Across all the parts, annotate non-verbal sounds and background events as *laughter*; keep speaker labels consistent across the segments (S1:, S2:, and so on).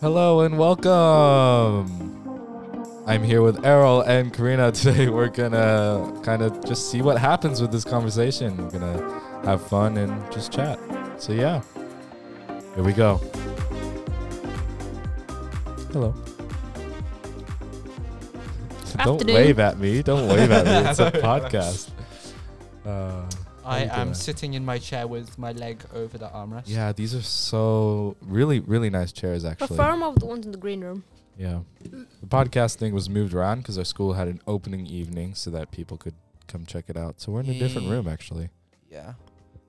S1: Hello and welcome. I'm here with Errol and Karina *laughs* today. We're gonna kind of just see what happens with this conversation. We're gonna have fun and just chat. So yeah, here we go. Hello. *laughs* Don't
S2: Afternoon.
S1: wave at me. Don't wave at me. It's a podcast. Uh,
S3: I
S1: you doing?
S3: am sitting in my chair with my leg over the armrest.
S1: yeah, these are so really, really nice chairs actually.
S2: Prefer more of the ones in the green room.
S1: Yeah. The podcast thing was moved around because our school had an opening evening so that people could come check it out. So we're in a different
S3: Yeah.
S1: room, actually.
S3: Yeah.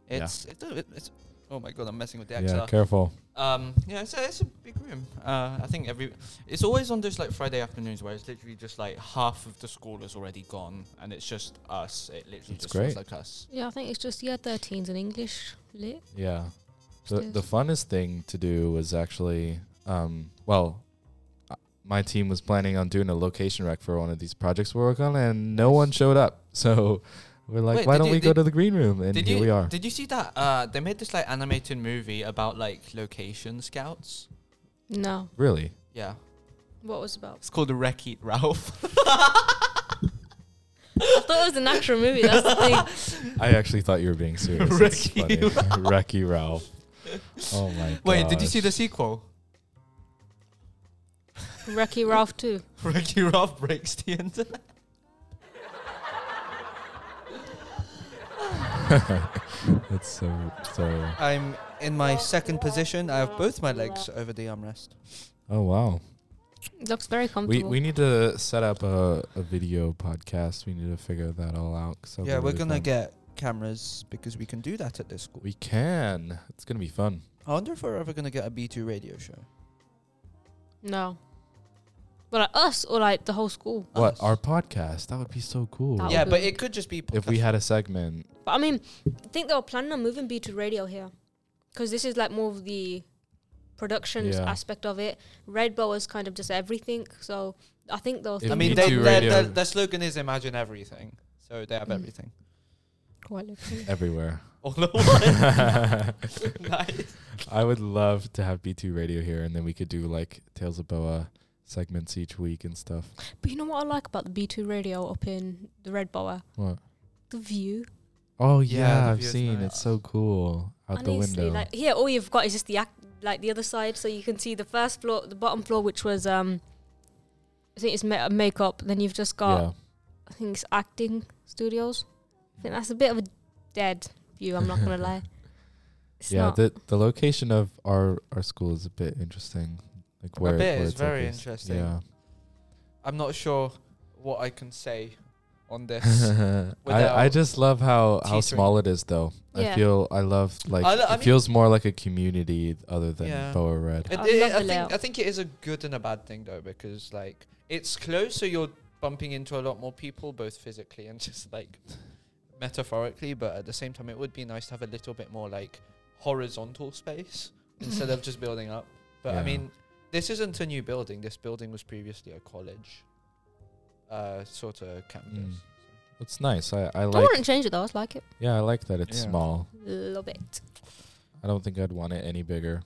S1: Yeah.
S3: It's, it's, a- it's oh my god, I'm messing with the
S1: yeah,
S3: XR.
S1: careful.
S3: um, yeah, it's a, it's a big room. Uh, I think every it's always on those like Friday afternoons where it's literally just like half of the school is already gone and it's just us. It literally
S1: It's
S3: just feels
S1: great.
S3: like us.
S2: Yeah, I think it's just year 13s in English lit.
S1: Yeah. The, the funnest thing to do was actually, um, well, uh, my team was planning on doing a location rec for one of these projects we're working on, and no one showed up. *laughs* So we're like,
S3: Wait,
S1: why
S3: did
S1: don't
S3: you-
S1: we go
S3: did-
S1: to the green room? And
S3: did
S1: here
S3: you
S1: we are.
S3: did you see that? Uh, they made this like animated movie about like location scouts.
S2: No.
S1: really?
S3: Yeah,
S2: What was it about?
S3: it's called Wreck Eat Ralph. *laughs*
S2: I thought it was an actual movie. That's the thing. *laughs*
S1: I actually thought you were being serious. That's funny.
S3: Wreck-E
S1: *laughs* Wrecky Ralph. Oh my god.
S3: Wait, did you see the sequel? *laughs*
S2: Wrecky Ralph 2.
S3: Ricky Ralph breaks the internet. *laughs*
S1: That's so, so.
S3: I'm in my second position. I have both my legs over the armrest.
S1: *laughs* Oh, wow.
S2: It looks very
S1: We
S2: comfortable.
S1: we need to set up a, a video podcast. We need to figure that all out. So
S3: yeah, we're gonna get cameras because we can do that at this school.
S1: We can. It's gonna be fun.
S3: I wonder if we're ever gonna get a B2 radio show.
S2: no. But like us or like the whole school.
S1: What
S3: Us.
S1: our podcast? That would be so cool.
S2: That
S3: yeah,
S2: would
S3: but
S2: be-
S3: it could just be
S1: If we had a segment,
S2: But I mean, I think they were planning on moving B2 radio here. Because this is like more of the productions
S1: Yeah.
S2: aspect of it. Red Bow is kind of just everything. So I think those
S1: If
S3: I mean,
S1: B2
S3: they, their,
S1: radio-
S3: their, their slogan is "Imagine everything," so they have
S2: Mm.
S3: everything *laughs*
S2: quite literally.
S1: everywhere.
S3: all at
S1: *laughs* I
S3: once. *laughs* nice.
S1: would love to have B two Radio here, and then we could do like Tales of Boa segments each week and stuff.
S2: But you know what I like about the B2 radio up in the Red Bower?
S1: What?
S2: The view.
S1: Oh
S3: Yeah,
S1: yeah,
S3: the
S1: I've
S3: view is
S1: seen.
S3: nice.
S1: It's so cool out the window.
S2: like here, all you've got is just the ac- like the other side, so you can see the first floor, the bottom floor, which was um, I think it's ma- makeup. Then you've just got
S1: yeah.
S2: I think it's acting studios. I think that's a bit of a dead view. I'm
S1: *laughs*
S2: not gonna lie. It's
S1: yeah
S2: not.
S1: the the location of our our school is a bit interesting like where, it-
S3: bit,
S1: where
S3: it's very
S1: located.
S3: interesting. *laughs*
S1: yeah
S3: I'm not sure what I can say
S1: *laughs*
S3: on this.
S1: I, I
S3: Without
S1: just love how how
S3: teetering.
S1: small it is though i
S2: Yeah.
S1: feel i love like
S3: I lo- I
S1: it
S3: mean-
S1: feels more like a community other than
S3: Yeah.
S1: boa red
S3: It,
S2: I
S3: it-
S2: love
S3: I,
S2: the layout.
S3: think, I think it is a good and a bad thing though because like it's close, so you're bumping into a lot more people, both physically and *laughs* just like metaphorically. But at the same time, it would be nice to have a little bit more like
S2: *laughs*
S3: horizontal space instead of just building up. But
S1: Yeah.
S3: I mean, this isn't a new building. This building was previously a college, uh, sort of campus.
S1: Mm. it's nice i i
S2: I
S1: like
S2: wouldn't change it though. I like it.
S1: yeah i like that it's
S3: Yeah.
S1: small
S2: Love it.
S1: i don't think i'd want it any bigger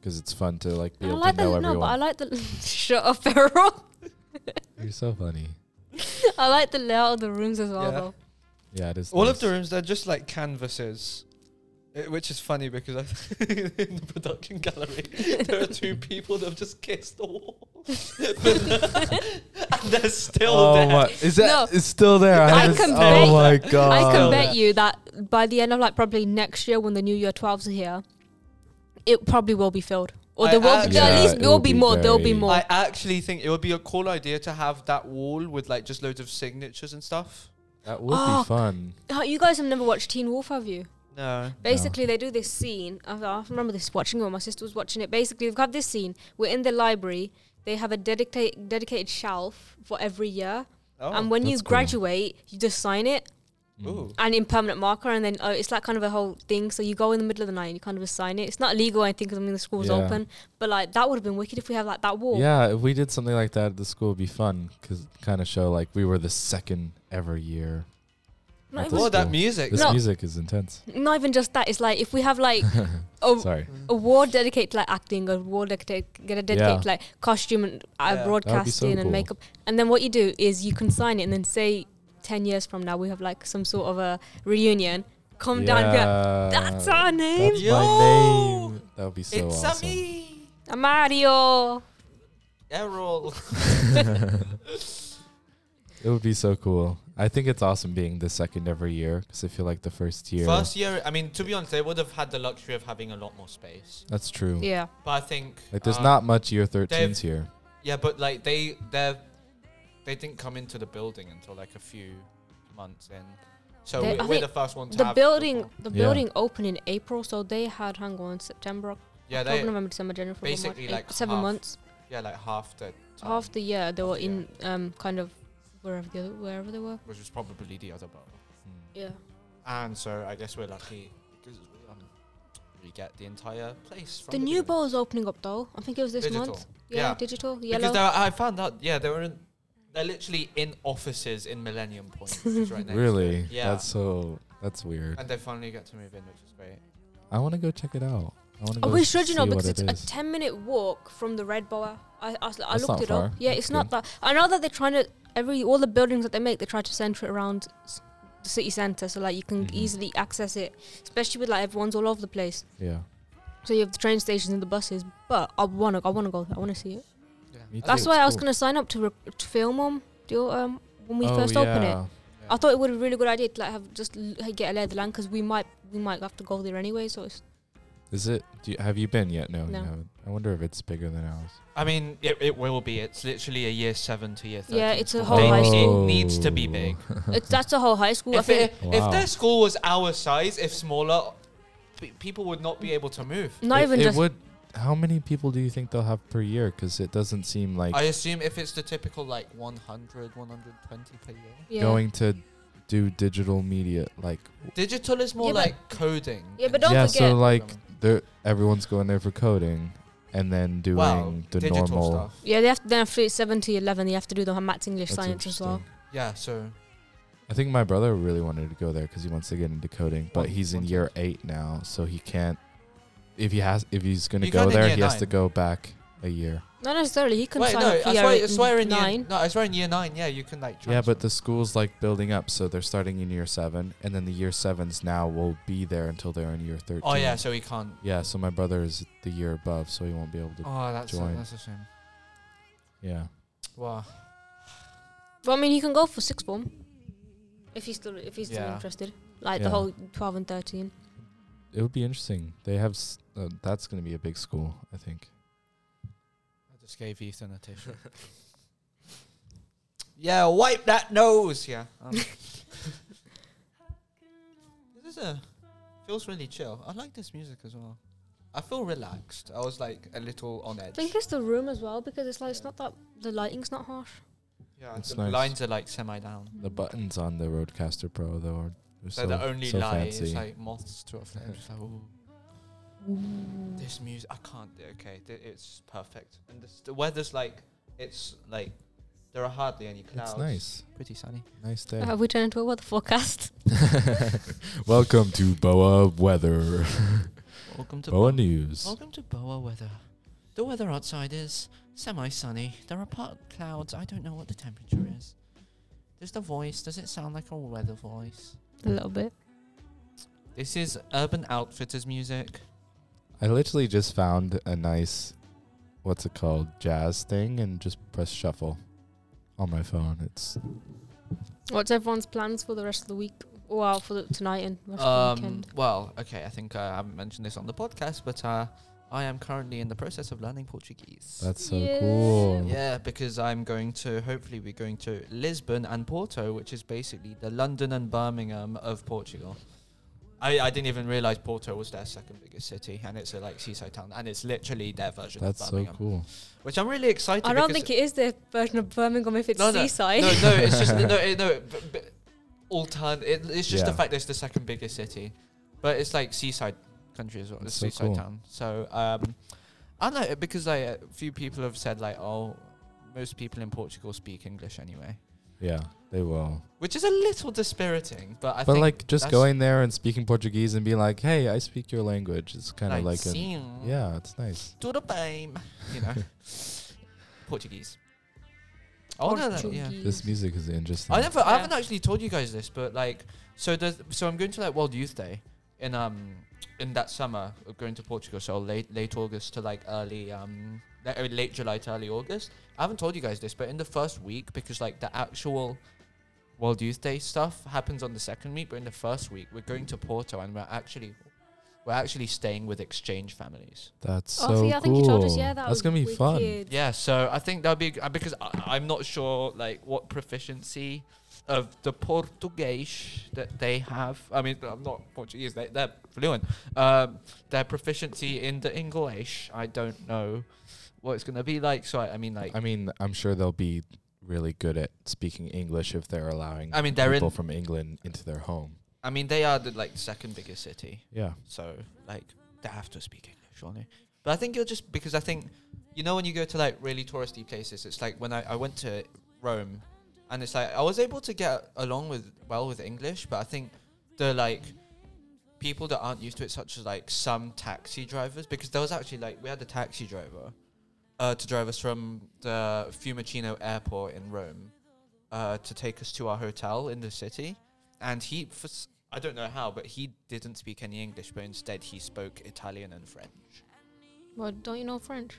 S1: because it's fun to like be
S2: I
S1: able
S2: like
S1: to
S2: the
S1: know
S2: no, but I
S1: everyone
S2: like the *laughs* shut up, Errol. *laughs*
S1: you're so funny
S2: I like the layout of the rooms as well
S3: Yeah.
S2: though.
S1: yeah it is
S3: All
S1: nice.
S3: of the rooms, they're just like canvases, i- which is funny because I, *laughs* in the production gallery, there are two people that have just kissed the wall. *laughs* and they're still
S1: oh
S3: there.
S1: my is that
S2: No.
S1: it's still there
S2: I
S1: haven't-
S2: can
S1: oh
S2: bet-
S1: my god
S2: I
S3: Oh.
S2: can bet you that by the end of like probably next year when the new year 12s are here, it probably will be filled. Or
S3: I
S2: there will be,
S3: actually-
S2: there at
S1: Yeah,
S2: least
S1: it
S2: there will
S1: will
S2: be
S1: be
S2: more. There'll be
S1: very-
S2: more.
S3: I actually think it would be a cool idea to have that wall with like just loads of signatures and stuff.
S1: that would
S2: Oh.
S1: be fun
S2: Oh, you guys have never watched Teen Wolf, have you?
S3: No.
S2: Basically, they do this scene. I, I remember this watching it. when My sister was watching it. Basically, they've got this scene. We're in the library. They have a dedicated dedicated shelf for every year,
S3: Oh.
S2: and when you
S1: That's cool.
S2: graduate, you just sign it
S1: Hmm.
S3: Ooh.
S2: and in permanent marker, and then oh, it's like kind of a whole thing. So you go in the middle of the night and you kind of assign it. It's not legal, I think, because I mean the school's
S1: Yeah.
S2: open. But like that would have been wicked if we had like that wall.
S1: Yeah, if we did something like that at the school, it'd be fun because kind of show like we were the second ever year
S2: Not
S1: At
S2: even,
S1: This
S3: Oh, that
S1: cool.
S3: music.
S1: This
S2: No.
S1: music is intense.
S2: not even just that. It's like if we have
S1: *laughs*
S2: like a
S1: Sorry.
S2: award dedicated to like acting, award dedicated get a dedicated
S1: Yeah.
S2: to like costume and uh,
S3: Yeah. That would be so
S2: broadcasting and
S1: cool.
S2: makeup, and then what you do is you consign it, and then say ten years from now we have like some sort of a reunion. Come down, and be like, that's our name,
S1: That's my
S3: Yo!
S1: name. That would be so
S3: it's
S1: awesome.
S3: me,
S2: Mario.
S3: Errol.
S1: It would be so cool. I think it's awesome being the second every year because I feel like the first year.
S3: First year, I mean, to be honest, they would have had the luxury of having a lot more space.
S1: That's true.
S2: Yeah, Uh,
S3: But I think
S1: Like there's
S3: um,
S1: not much year 13s here.
S3: Yeah, but like they they they didn't come into the building until like a few months in. So
S2: They-
S3: we,
S2: I
S3: we're
S2: think
S3: the first one to
S2: the
S3: have
S2: building, the
S1: Yeah.
S2: building opened in April, so they had hang on September,
S3: Yeah,
S2: October,
S3: they
S2: November, December, January, February, March,
S3: basically,
S2: April,
S3: like,
S2: seven
S3: half
S2: months.
S3: yeah like half the time,
S2: half the year they
S3: half
S2: were
S3: the
S2: in um kind of wherever the other, wherever they were.
S3: which was probably the other bottle.
S2: Yeah.
S3: And so I guess we're lucky because um, we get the entire place. From
S2: The new
S3: beginning.
S2: bowl is opening up though. I think it was this
S3: Digital.
S2: month. Yeah,
S3: Yeah.
S2: digital,
S3: Because
S2: yellow.
S3: they were- I found out, yeah, they were in, they're literally in offices in Millennium Point,
S1: *laughs*
S3: which is right next. to
S1: Hmm. Really?
S3: it. Yeah.
S1: That's so. That's weird.
S3: and they finally get to move in, which is great.
S1: I want to go check it out. I want to
S2: Oh,
S1: go.
S2: we should, you know,
S1: see
S2: because
S1: what
S2: it's
S1: it
S2: a
S1: is.
S2: ten minute walk from the Red Boa. I I, s- I
S1: That's
S2: looked
S1: not
S2: it up.
S1: far.
S2: Yeah,
S1: That's
S2: it's not that. I know that they're trying to every all the buildings that they make, they try to center it around s- the city center, so like you can
S1: Mhm.
S2: easily access it, especially with like everyone's all over the place.
S1: yeah.
S2: So you have the train stations and the buses. But I wanna, I wanna go. I wanna see it.
S3: Yeah.
S1: Me
S2: That's
S1: too.
S2: why I was
S1: cool.
S2: gonna sign up to rec- to film them. Do um when we
S1: Oh,
S2: first open it.
S1: yeah.
S2: I thought it would be a really good idea to like have just l- get a lay of the land because we might we might have to go there anyway. So
S1: *laughs*
S2: it's
S1: Is it? Do you, have you been yet? No,
S2: No.
S1: you haven't. I wonder if it's bigger than ours.
S3: I mean, it, it will be. It's literally a year seven to year thirteen.
S2: Yeah, it's a
S3: school.
S2: whole high school.
S3: It needs to be big.
S2: it's that's the whole high school. I
S3: If,
S2: think
S3: it,
S1: Wow.
S3: if their school was our size, if smaller, pe- people would not be able to move.
S2: not
S1: it,
S2: even
S1: it
S2: just
S1: would. How many people do you think they'll have per year? Because it doesn't seem like
S3: I assume if it's the typical like 100, 120 per year.
S2: yeah.
S1: going to do digital media like
S3: Digital is more
S2: Yeah, but-
S3: like coding.
S2: Yeah, but
S3: and
S2: don't
S1: yeah
S2: forget-
S1: so like there everyone's going there for coding and then doing
S3: well,
S1: the
S3: digital
S1: normal
S3: stuff.
S2: Yeah, they have to then after it's seven to eleven, they have to do the maths, English,
S1: That's
S2: science as well.
S1: interesting.
S3: Yeah, so
S1: i think my brother really wanted to go there because he wants to get into coding but
S3: One-
S1: he's in
S3: one
S1: year eight now so he can't if he has if he's going to
S3: You
S1: go
S3: can't in
S1: there
S3: year
S1: he has to
S3: nine.
S1: go back a year
S2: Not necessarily. He can
S3: wait,
S2: sign
S3: no,
S2: up for
S3: I
S2: year
S3: swear, I
S2: eight
S3: swear in
S2: and nine.
S3: year no, I swear in year nine. Yeah, you can like.
S1: yeah but
S3: transfer.
S1: the school's like building up so they're starting in year seven and then the year sevens now will be there until they're in year 13
S3: oh yeah, so he can't.
S1: yeah so my brother is the year above so he won't be able to
S3: Oh, that's a,
S1: Join.
S3: that's a shame.
S1: yeah
S3: Wow.
S2: But I mean, he can go for sixth form if he's still if he's still
S3: Yeah.
S2: interested. Like
S1: Yeah.
S2: the whole twelve and thirteen.
S1: it would be interesting. They have s- uh, that's going to be a big school, I think.
S3: I just gave Ethan a tissue. *laughs* yeah, wipe that nose. Yeah. um. this is a feels really chill. I like this music as well. I feel relaxed. I was like a little on
S2: I
S3: edge.
S2: think it's the room as well because it's like it's not that the lighting's not harsh.
S3: Yeah,
S1: It's
S3: the
S1: nice.
S3: lines are like semi down.
S1: The buttons on the Roadcaster Pro though are they're
S3: Mm. They're
S1: so,
S3: the only
S1: so
S3: lie.
S1: fancy.
S3: It's like moths to a flame. Just like, ooh. This music, I can't. do- Okay, th- it's perfect. And this, the weather's like, it's like, there are hardly any clouds.
S1: it's nice,
S3: Pretty sunny.
S1: nice day.
S2: *laughs* Have we turned into a weather forecast?
S1: *laughs* Welcome to Boa Weather,
S3: Welcome *laughs* to
S1: Boa
S3: Bo-
S1: News.
S3: Welcome to Boa weather. The weather outside is semi-sunny. There are part clouds. I don't know what the temperature is. Does the voice? Does it sound like a weather voice?
S2: a little bit.
S3: This is Urban Outfitters music.
S1: I literally just found a nice, what's it called, jazz thing, and just press shuffle on my phone. It's
S2: What's everyone's plans for the rest of the week? Oh, Well, for the, tonight and rest of the
S3: Um,
S2: weekend.
S3: well, okay, I think uh, I haven't mentioned this on the podcast, but uh, I am currently in the process of learning Portuguese.
S1: that's so
S2: Yeah.
S1: cool.
S3: yeah, because I'm going to hopefully be going to Lisbon and Porto, which is basically the London and Birmingham of Portugal. I, I didn't even realize Porto was their second biggest city, and it's a like seaside town, and it's literally their version
S1: That's
S3: of
S1: so
S3: Birmingham,
S1: cool.
S3: which I'm really excited.
S2: I don't
S3: because
S2: think it is the version of Birmingham if it's
S3: No, no,
S2: seaside. *laughs*
S3: No, no,
S1: *laughs*
S3: it's just no, it- no. b- b- Altern- it, it's just the
S1: Yeah.
S3: fact that it's the second biggest city, but it's like seaside country as well.
S1: That's
S3: It's
S1: so cool.
S3: seaside town. So um, I know because like a few people have said like, oh, most people in Portugal speak English anyway.
S1: Yeah, they will.
S3: which is a little dispiriting. But I
S1: but
S3: think
S1: like just
S3: that's-
S1: going there and speaking Portuguese and being like, "Hey, I speak your language." It's kind of like an,
S3: "Sim,
S1: yeah, it's nice.
S3: tudo bem,"
S1: *laughs*
S3: you know, Portuguese. Oh no, no, yeah.
S2: Mm.
S1: This music is interesting.
S3: I never,
S2: Yeah.
S3: I haven't actually told you guys this, but like, so there's, so I'm going to like World Youth Day in um in that summer of going to Portugal, so late late August to like early um like, uh, late July to early August. I haven't told you guys this, but in the first week, because like the actual World Youth Day stuff happens on the second week, but in the first week we're going to Porto and we're actually we're actually staying with exchange families.
S1: That's so
S2: Oh, see,
S1: cool.
S2: I think you told us, yeah, that
S1: That's
S2: was
S1: gonna be fun.
S2: wicked.
S3: Yeah, so I think that'd be g- uh, because I, I'm not sure like what proficiency of the Portuguese that they have. I mean, I'm not Portuguese; they, they're fluent. Um, their proficiency in the English, I don't know what it's gonna be like. So I, I mean, like,
S1: I mean, I'm sure they'll be really good at speaking English if they're allowing
S3: I mean, they're
S1: people
S3: in.
S1: from England into their home.
S3: I mean, they are the like second biggest city,
S1: Yeah,
S3: so like they have to speak English, surely. But I think you'll just because I think you know when you go to like really touristy places, it's like when I, I went to Rome, and it's like I was able to get along with well with English, but I think the like people that aren't used to it, such as like some taxi drivers, because there was actually like we had a taxi driver uh, to drive us from the Fiumicino airport in Rome uh, to take us to our hotel in the city, and he for. s- I don't know how, but he didn't speak any English, but instead he spoke Italian and French.
S2: Well, don't you know French?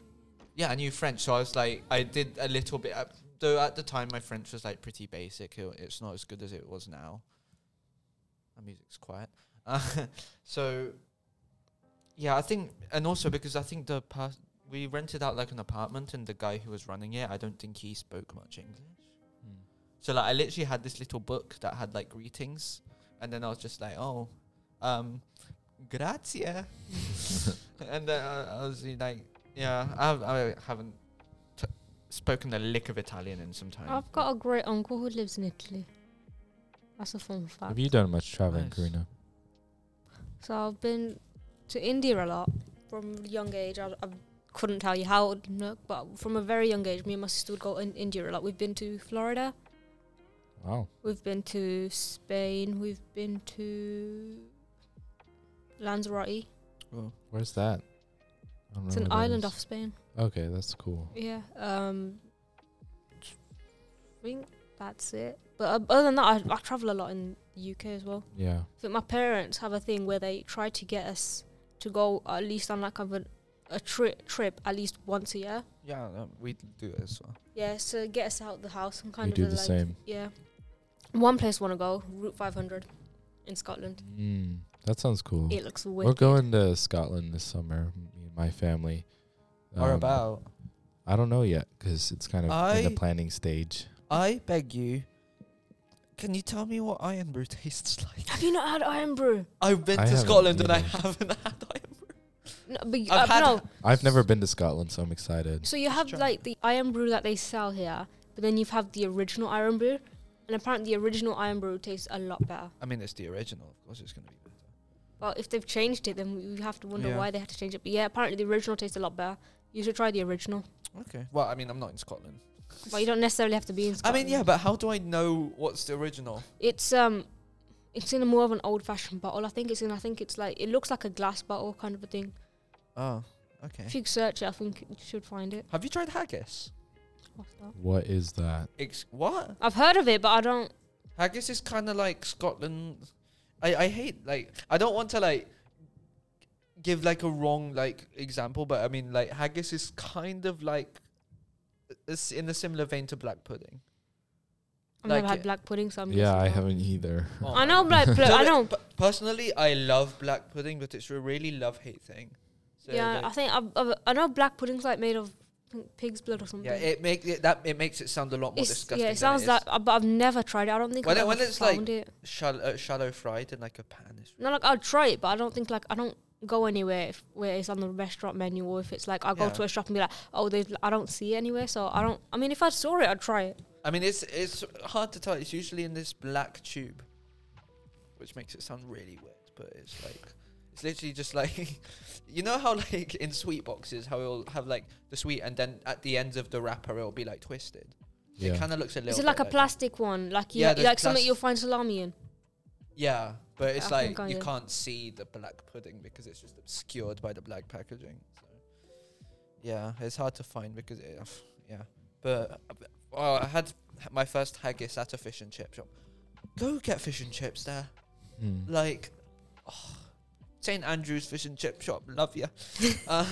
S3: Yeah, I knew French, so I was like, I did a little bit. uh, Though at the time, my French was like pretty basic. It, it's not as good as it was now. My music's quiet. *laughs* Uh, so, yeah, I think, and also because I think the past we rented out like an apartment, and the guy who was running it, I don't think he spoke much English.
S2: Mm.
S3: So like I literally had this little book that had like greetings, and then I was just like, oh, um, *laughs* grazie, and then I, I was like, yeah, I, I haven't t- spoken a lick of Italian in some time.
S2: I've got a great uncle who lives in Italy. That's a fun fact.
S1: have you done much traveling,
S3: Nice.
S1: Karina?
S2: So I've been to India a lot from a young age. I, I couldn't tell you how, old, no, but from a very young age, me and my sister would go in India a lot. We've been to Florida,
S1: Wow,
S2: we've been to Spain, we've been to Lanzarote.
S3: Well,
S1: where's that? I don't
S2: It's
S1: know where
S2: an
S1: that
S2: island
S1: is.
S2: off Spain.
S1: Okay, that's cool.
S2: Yeah. Um, I think that's it. But uh, other than that, I, I travel a lot in the UK as well.
S1: Yeah,
S2: I think my parents have a thing where they try to get us to go at least on like kind of a, a tri- trip at least once a year.
S3: yeah, no, we do it as well.
S2: Yeah, so get us out the house and kind
S1: we
S2: of
S1: do
S2: a,
S1: the
S2: like,
S1: same.
S2: Yeah. One place I want to go, Route 500 in Scotland.
S1: Mm, that sounds cool.
S2: It looks
S1: We're
S2: wicked.
S1: going to Scotland this summer, me and my family.
S3: or
S1: Um,
S3: about
S1: I don't know yet because it's kind of in the
S3: I-
S1: planning stage.
S3: I beg you, can you tell me what iron brew tastes
S2: *laughs*
S3: like?
S2: Have you not had iron brew?
S3: I've been
S1: I
S3: to
S1: haven't
S3: Scotland and I
S1: either.
S3: haven't had iron brew.
S2: No, but you, uh,
S3: I've had-
S2: no.
S1: I've never been to Scotland, so I'm excited.
S2: So you have
S3: try.
S2: like the iron brew that they sell here, but then you've had the original iron brew, and apparently the original iron brew tastes a lot better.
S3: I mean, it's the original, of course, it's gonna be better.
S2: Well, if they've changed it, then we we have to wonder
S3: Yeah.
S2: why they had to change it. But yeah, apparently the original tastes a lot better. You should try the original.
S3: Okay. Well, I mean, I'm not in Scotland.
S2: Well, you don't necessarily have to be in
S3: I
S2: Scotland.
S3: mean, yeah, but how do I know what's the original?
S2: it's um, it's in a more of an old-fashioned bottle. I think it's in. I think it's like it looks like a glass bottle kind of a thing.
S3: Oh, okay.
S2: If you search it, I think you should find it.
S3: Have you tried haggis?
S2: What's that?
S1: What is that?
S3: Ex- what?
S2: I've heard of it, but I don't.
S3: Haggis is kind of like Scotland. I, I hate like I don't want to like give like a wrong like example, but I mean like haggis is kind of like it's in a similar vein to black pudding.
S2: I've
S3: Like
S2: never had
S3: it-
S2: black pudding, so I'm.
S1: yeah,
S2: guessing
S1: I
S2: no.
S1: haven't either.
S3: Oh
S2: I
S3: my
S2: know
S3: *laughs*
S2: black. But I
S3: it-
S2: don't.
S3: But personally, I love black pudding, but it's a really love hate thing. So
S2: yeah,
S3: like-
S2: I think I've, I've, I know black pudding's like made of pink- pig's blood or something.
S3: yeah, it makes it that it makes it sound a lot more
S2: It's-
S3: disgusting.
S2: yeah,
S3: than
S2: it sounds
S3: is.
S2: like, uh, but I've never tried it. I don't think
S3: When
S2: I've
S3: it- when
S2: ever
S3: it's, like-
S2: found it.
S3: shallow, uh, shallow fried in like a pan. Is
S2: No, like I'll try it, but I don't think like I don't go anywhere if where it's on the restaurant menu or if it's like I go
S3: Yeah.
S2: to a shop and be like, oh, there's I don't see it anywhere, so I don't. I mean, if I saw it, I'd try it.
S3: I mean, it's it's hard to tell. It's usually in this black tube, which makes it sound really weird. But it's like it's literally just like *laughs* you know how like in sweet boxes how it'll have like the sweet and then at the ends of the wrapper it'll be like twisted.
S1: Yeah.
S3: It kind of looks a little.
S2: Is it
S3: bit
S2: like a plastic one? Like you,
S3: Yeah,
S2: like
S3: there's
S2: something
S3: plas-
S2: you'll find salami
S1: Oh,
S2: in.
S3: Yeah, but it's
S2: I
S3: like
S2: think I
S3: you
S2: know.
S3: can't see the black pudding because it's just obscured by the black packaging. So. Yeah, it's hard to find because it, yeah. But well, I had my first haggis at a fish and chip shop. Go get fish and chips there.
S1: Mm.
S3: Like oh, St Andrew's fish and chip shop,
S2: *laughs*
S3: love ya. uh,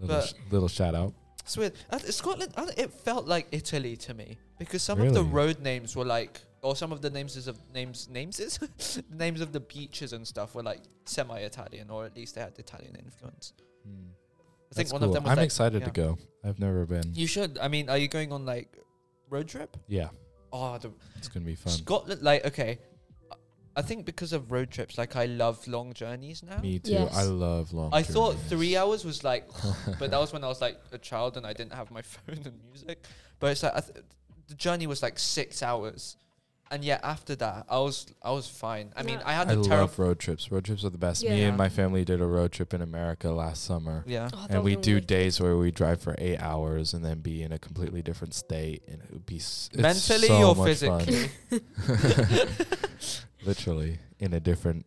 S1: Little, sh- little shout out.
S3: it's weird. Uh, Scotland, uh, it felt like Italy to me because some of the
S1: Really?
S3: road names were like, or some of the names is of names names is *laughs* names of the beaches and stuff were like semi-Italian, or at least they had Italian influence. I
S1: Mm.
S3: think
S1: That's
S3: one of
S1: cool.
S3: them. Was
S1: I'm
S3: like-
S1: excited
S3: yeah.
S1: to go. I've never been.
S3: You should. I mean, are you going on like road trip?
S1: Yeah,
S3: Oh, the
S1: it's gonna be fun.
S3: Scotland. Like, okay, I- I think because of road trips, like I love long journeys now.
S1: Me too.
S2: Yes.
S1: I love long.
S3: Oh. I thought
S1: journeys.
S3: three hours was like,
S1: *laughs*
S3: but that was when I was like a child and I didn't have my *laughs* phone and music. But it's like I th- the journey was like six hours, and yet after that, I was I was fine. I mean,
S2: Yeah.
S3: I had
S1: I
S3: a terrible
S1: love road trips. Road trips are the best. Me
S2: Yeah.
S1: and my family did a road trip in America last summer.
S3: yeah.
S2: Oh, that
S1: and we
S2: would've
S1: do
S2: been
S1: days where we drive for eight hours and then be in a completely different state, and it would be s- it's
S3: Mentally
S1: so
S3: or
S1: much fun. *laughs*
S3: physically?
S1: Literally in a
S2: *laughs*
S1: different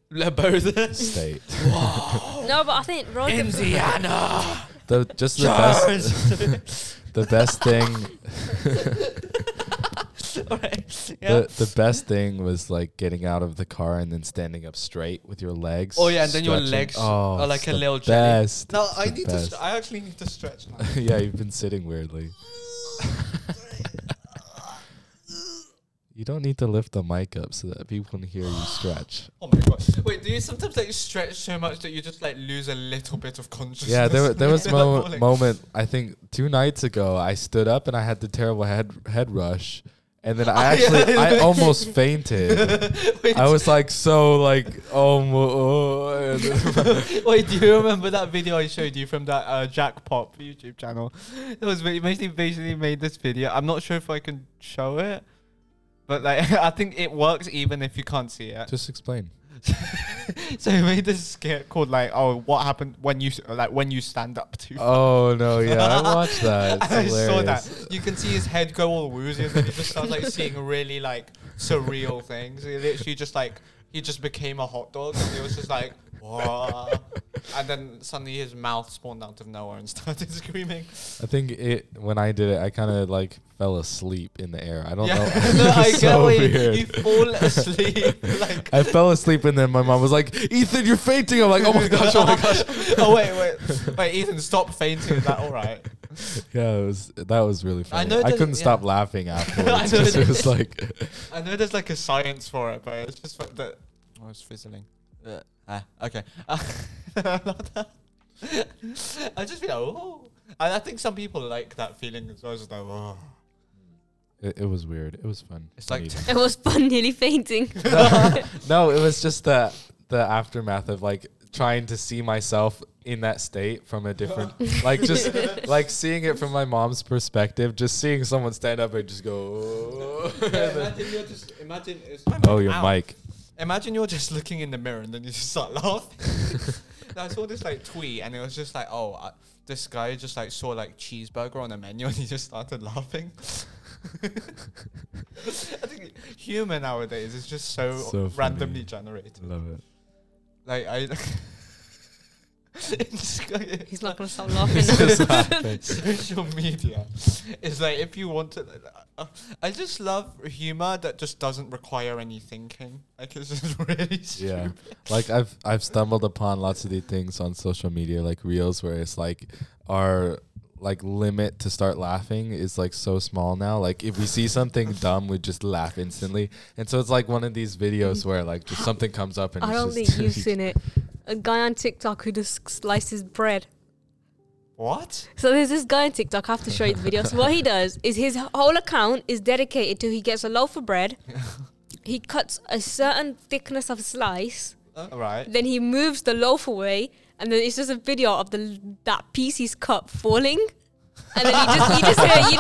S1: *laughs*
S3: Both.
S1: state.
S2: wicked. No, but I think road
S3: *laughs*
S1: *laughs*
S2: trips.
S3: Indiana.
S1: the just the best, *laughs* the best thing
S3: All right. Yeah.
S1: The, the best thing was like getting out of the car and then standing up straight with your legs.
S3: Oh, yeah, and then your
S1: stretching.
S3: legs
S1: oh,
S3: are like
S1: it's
S3: a
S1: the
S3: little jelly.
S1: best.
S3: no,
S1: It's
S3: I
S1: the
S3: need to.
S1: best.
S3: St- I actually need to stretch now.
S1: *laughs*
S3: *laughs*
S1: yeah, you've been sitting weirdly. You don't need to lift the mic up so that people can hear you
S3: *sighs*
S1: stretch.
S3: Oh my
S1: *laughs*
S3: god! Wait, do you sometimes like stretch so much that you just like lose a little bit of consciousness?
S1: Yeah, there wa- there
S3: *laughs*
S1: was
S3: Like
S1: mo-
S3: falling.
S1: moment I think two nights ago I stood up and I had the terrible head head rush, and then
S3: *laughs*
S1: I actually I almost fainted.
S3: Wait,
S1: I was like so like oh, mo- oh and *laughs* then-
S3: *laughs* Wait, do you remember that video I showed you from that uh, Jack Pop YouTube channel? It was ba- basically basically made this video. I'm not sure if I can show it, but like *laughs* I think it works even if you can't see it.
S1: just explain.
S3: So he made this skit called like, oh, what happened when you s- like when you stand up to.
S1: Oh no, yeah,
S3: *laughs*
S1: I watched that. It's
S3: I saw
S1: hilarious.
S3: that. You can see his head go all woozy, and then he just starts like seeing really like surreal things. He literally just like he just became a hot dog, and he was just like, "Whoa." and then suddenly his mouth spawned out of nowhere and *laughs* started screaming.
S1: I think it when I did it, I kind of like fell asleep in the air. I don't
S3: yeah, *laughs*
S1: know. *laughs*
S3: no,
S1: It
S3: I
S1: was
S3: get
S1: so
S3: where you,
S1: weird.
S3: you fall asleep.
S1: *laughs*
S3: Like,
S1: I fell asleep and then my mom was like, "Ethan, you're fainting." I'm like, "Oh my gosh, oh my
S3: *laughs*
S1: gosh."
S3: oh wait, wait, wait, Ethan, stop fainting. Is that all right?
S1: Yeah, it was that was really funny. I,
S3: know it
S1: couldn't
S3: doesn't-
S1: stop
S3: yeah.
S1: laughing
S3: *laughs* I
S1: afterwards.
S3: know it
S1: 'cause it was
S3: doesn't-
S1: like,
S3: I know there's like a science for it, but it's just like that. *laughs* Oh, it's fizzling. Uh, ah, okay. *laughs* I just feel like, oh. I, I think some people like that feeling as well. Just like, oh.
S1: it, it was weird. It was fun.
S3: It's like-
S1: Neat.
S2: *laughs* It was fun, nearly fainting.
S1: no, no, it was just the the aftermath of like trying to see myself in that state from a different like just like seeing it from my mom's perspective just seeing someone stand up and just go *laughs* and then-
S4: *laughs*
S3: imagine you're just imagine it's
S1: oh your
S3: Ow.
S1: mic
S3: Imagine you're just *laughs* looking in the mirror and then you just start *laughs* laughing.
S1: *laughs*
S3: I saw this like tweet and it was just like, oh, uh, this guy just like saw like cheeseburger on the menu and he just started *laughs* laughing. I think humor nowadays is just so,
S1: So
S3: randomly
S1: funny.
S3: generated.
S1: love it
S3: Like I, *laughs* it's like- *laughs*
S2: He's not gonna stop
S1: *laughs* It's
S2: *laughs*
S1: just
S2: laughing.
S1: laughing.
S3: social media is like if you want to. uh, I just love humor that just doesn't require any thinking. Like it's just *laughs* really stupid.
S2: *laughs*
S1: yeah like i've i've stumbled upon lots of these things on social media like reels where it's like our like limit to start laughing is like so small now like if we see
S2: *laughs*
S1: something dumb we just laugh instantly and so it's like one of these videos where like just something comes up and
S2: Mm. I
S1: it's
S2: don't
S1: just
S2: think you've
S1: *laughs*
S2: seen it. A guy on TikTok who just slices bread.
S3: What?
S2: So there's this guy on TikTok. I have to show you the video. So what he does is his whole account is dedicated to he gets a loaf of bread, he cuts a certain thickness of slice,
S3: All right.
S2: then he moves the loaf away, and then it's just a video of the that piece he's cut falling. And then you just you just hear you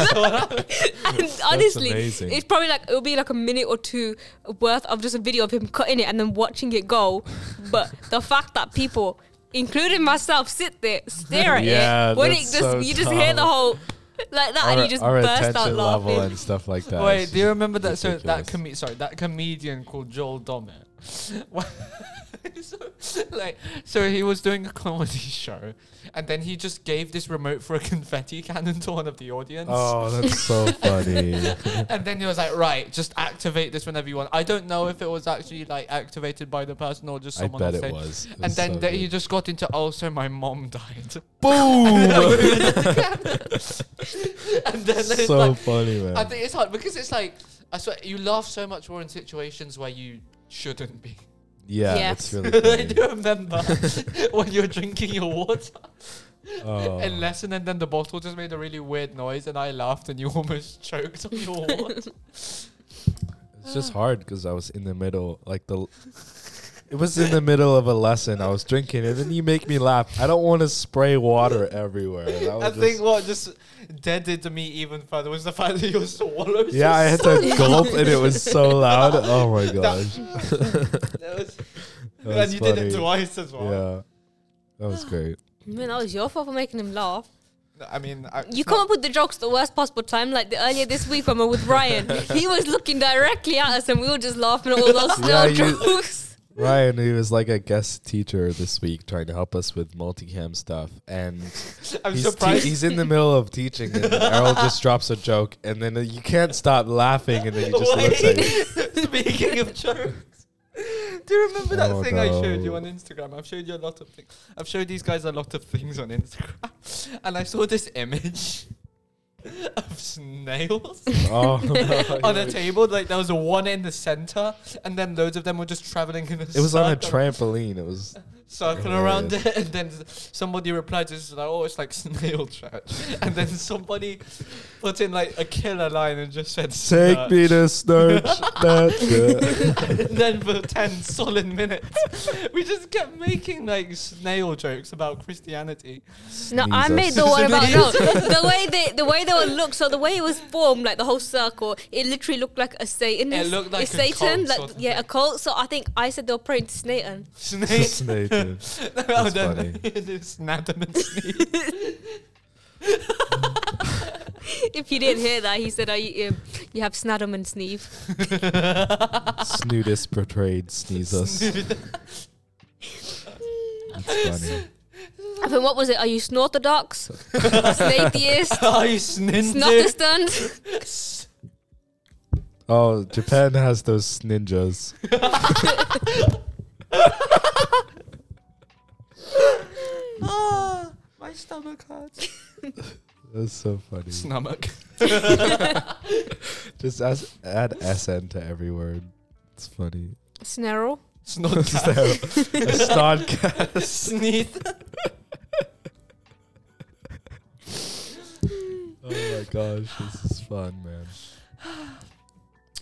S1: *laughs*
S2: hear. and honestly,
S1: amazing.
S2: it's probably like it'll be like a minute or two worth of just a video of him cutting it and then watching it go. But the fact that people, including myself, sit there stare at
S1: Yeah,
S2: it when it
S1: that's
S2: just
S1: so
S2: you just hear the
S1: dumb.
S2: whole like that, and
S1: our,
S2: you just
S1: our
S2: burst out
S1: attention level
S2: laughing.
S1: and stuff like that.
S4: Wait,
S1: is
S4: do you
S1: just
S4: remember that? So that
S1: ridiculous.
S4: com- sorry, that comedian called Joel Dommett. *laughs* Wha- so, like, so he was doing a comedy *laughs* show, and then he just gave this remote for a confetti cannon to one of the audience.
S1: *laughs* Oh, that's so
S2: *laughs*
S1: funny.
S4: and then he was like, "Right, just activate this whenever you want." I don't know if it was actually like activated by the person or just
S1: I
S4: *laughs* someone. on
S1: bet it
S4: stage.
S1: was. It
S4: And
S1: was
S4: then
S1: so
S4: th- he
S1: good.
S4: just got into also my mom died. *laughs* and then
S1: *laughs*
S4: it's
S1: so
S4: like,
S1: funny, man.
S4: I think it's hard because it's like I swear you laugh so much more in situations where you
S1: *laughs*
S4: shouldn't be. *laughs*
S1: yeah,
S2: Yeah.
S1: it's really
S4: I
S1: funny.
S4: do remember *laughs* when you're drinking your water
S1: Oh.
S4: in lesson, and then the bottle just made a really weird noise, and I laughed, and you *laughs* almost choked
S1: *laughs*
S4: on your water.
S1: It's just hard because I was in the middle, like the. *laughs* It was in the middle of a lesson. I was drinking, and then you make me laugh. I don't want to spray water everywhere. That was
S4: I
S1: just-
S4: think what just deadened me even further was the fact that your swallows.
S1: yeah, I had to *laughs* gulp, and it was so loud. Oh my gosh,
S4: *laughs* That
S1: *laughs*
S4: was,
S1: That
S4: and
S1: was
S4: you did it
S1: funny.
S4: twice as well.
S1: yeah, that was great.
S2: Man, that was your fault for making him laugh.
S4: I mean, I,
S2: You come up with the jokes the worst possible time. Like the earlier this week when we were with
S4: *laughs*
S2: Ryan, he was looking directly at us, and we were just laughing at all those
S4: *laughs*
S1: Yeah,
S2: stale
S1: you-
S2: jokes.
S1: Ryan, he was like a guest teacher this week, trying to help us with multicam stuff, and
S4: I'm
S1: he's, te-
S4: surprised.
S1: he's in the middle of teaching, and Errol just drops a joke, and then you can't stop laughing, and then he just looks at you.
S4: *laughs* Speaking of jokes, do you remember that
S1: Oh,
S4: thing I showed you
S1: no.
S4: on Instagram? I've showed you a lot of things. I've showed these guys a lot of things on Instagram, *laughs* and I saw this image *laughs* of snails
S1: *laughs* Oh,
S4: on a table. Like there was one in the center, and then loads of them were just traveling in a.
S1: it was on a
S4: circle-
S1: trampoline. It was
S4: Circle around it, and then s- somebody replied just like, "Oh, it's like snail trap," *laughs* and then somebody put in like a killer line and just said,
S1: Take
S4: "Snurch."
S1: me to Snurch. That's it.
S4: and *laughs* then for 10 solid minutes, we just kept making like snail jokes about Christianity.
S2: No, I made the
S1: Jesus.
S2: one about *laughs* no. The way they, the way they were looked, so the way it was formed, like the whole circle, it literally looked like a Satanist.
S4: It looked like
S2: It's
S4: a
S2: Satan,
S4: cult
S2: like
S4: sort of
S2: yeah, a
S4: thing.
S2: cult. So I think I said they were praying to Satan. *laughs*
S4: Snail. *laughs*
S1: Just made it.
S4: oh,
S1: That's funny.
S4: *laughs* and snail.
S2: If you didn't hear that, he said, "I you, um, you have Snadum and Sneeve."
S1: Snoodus portrayed sneezes. That's funny.
S2: I think what was it? Are you
S4: *laughs*
S2: snortodox, snatheist,
S4: Are you
S2: *laughs*
S4: snindu? *laughs*
S2: snotistunned?
S1: Oh, Japan has those ninjas.
S4: Ah, my stomach hurts.
S1: That's so funny.
S4: Stomach.
S1: Just as, add SN to every word. It's funny. *laughs*
S2: Snerl.
S4: It's not
S1: Snodcast.
S4: sneath.
S1: *laughs* Oh my gosh, this is fun, man.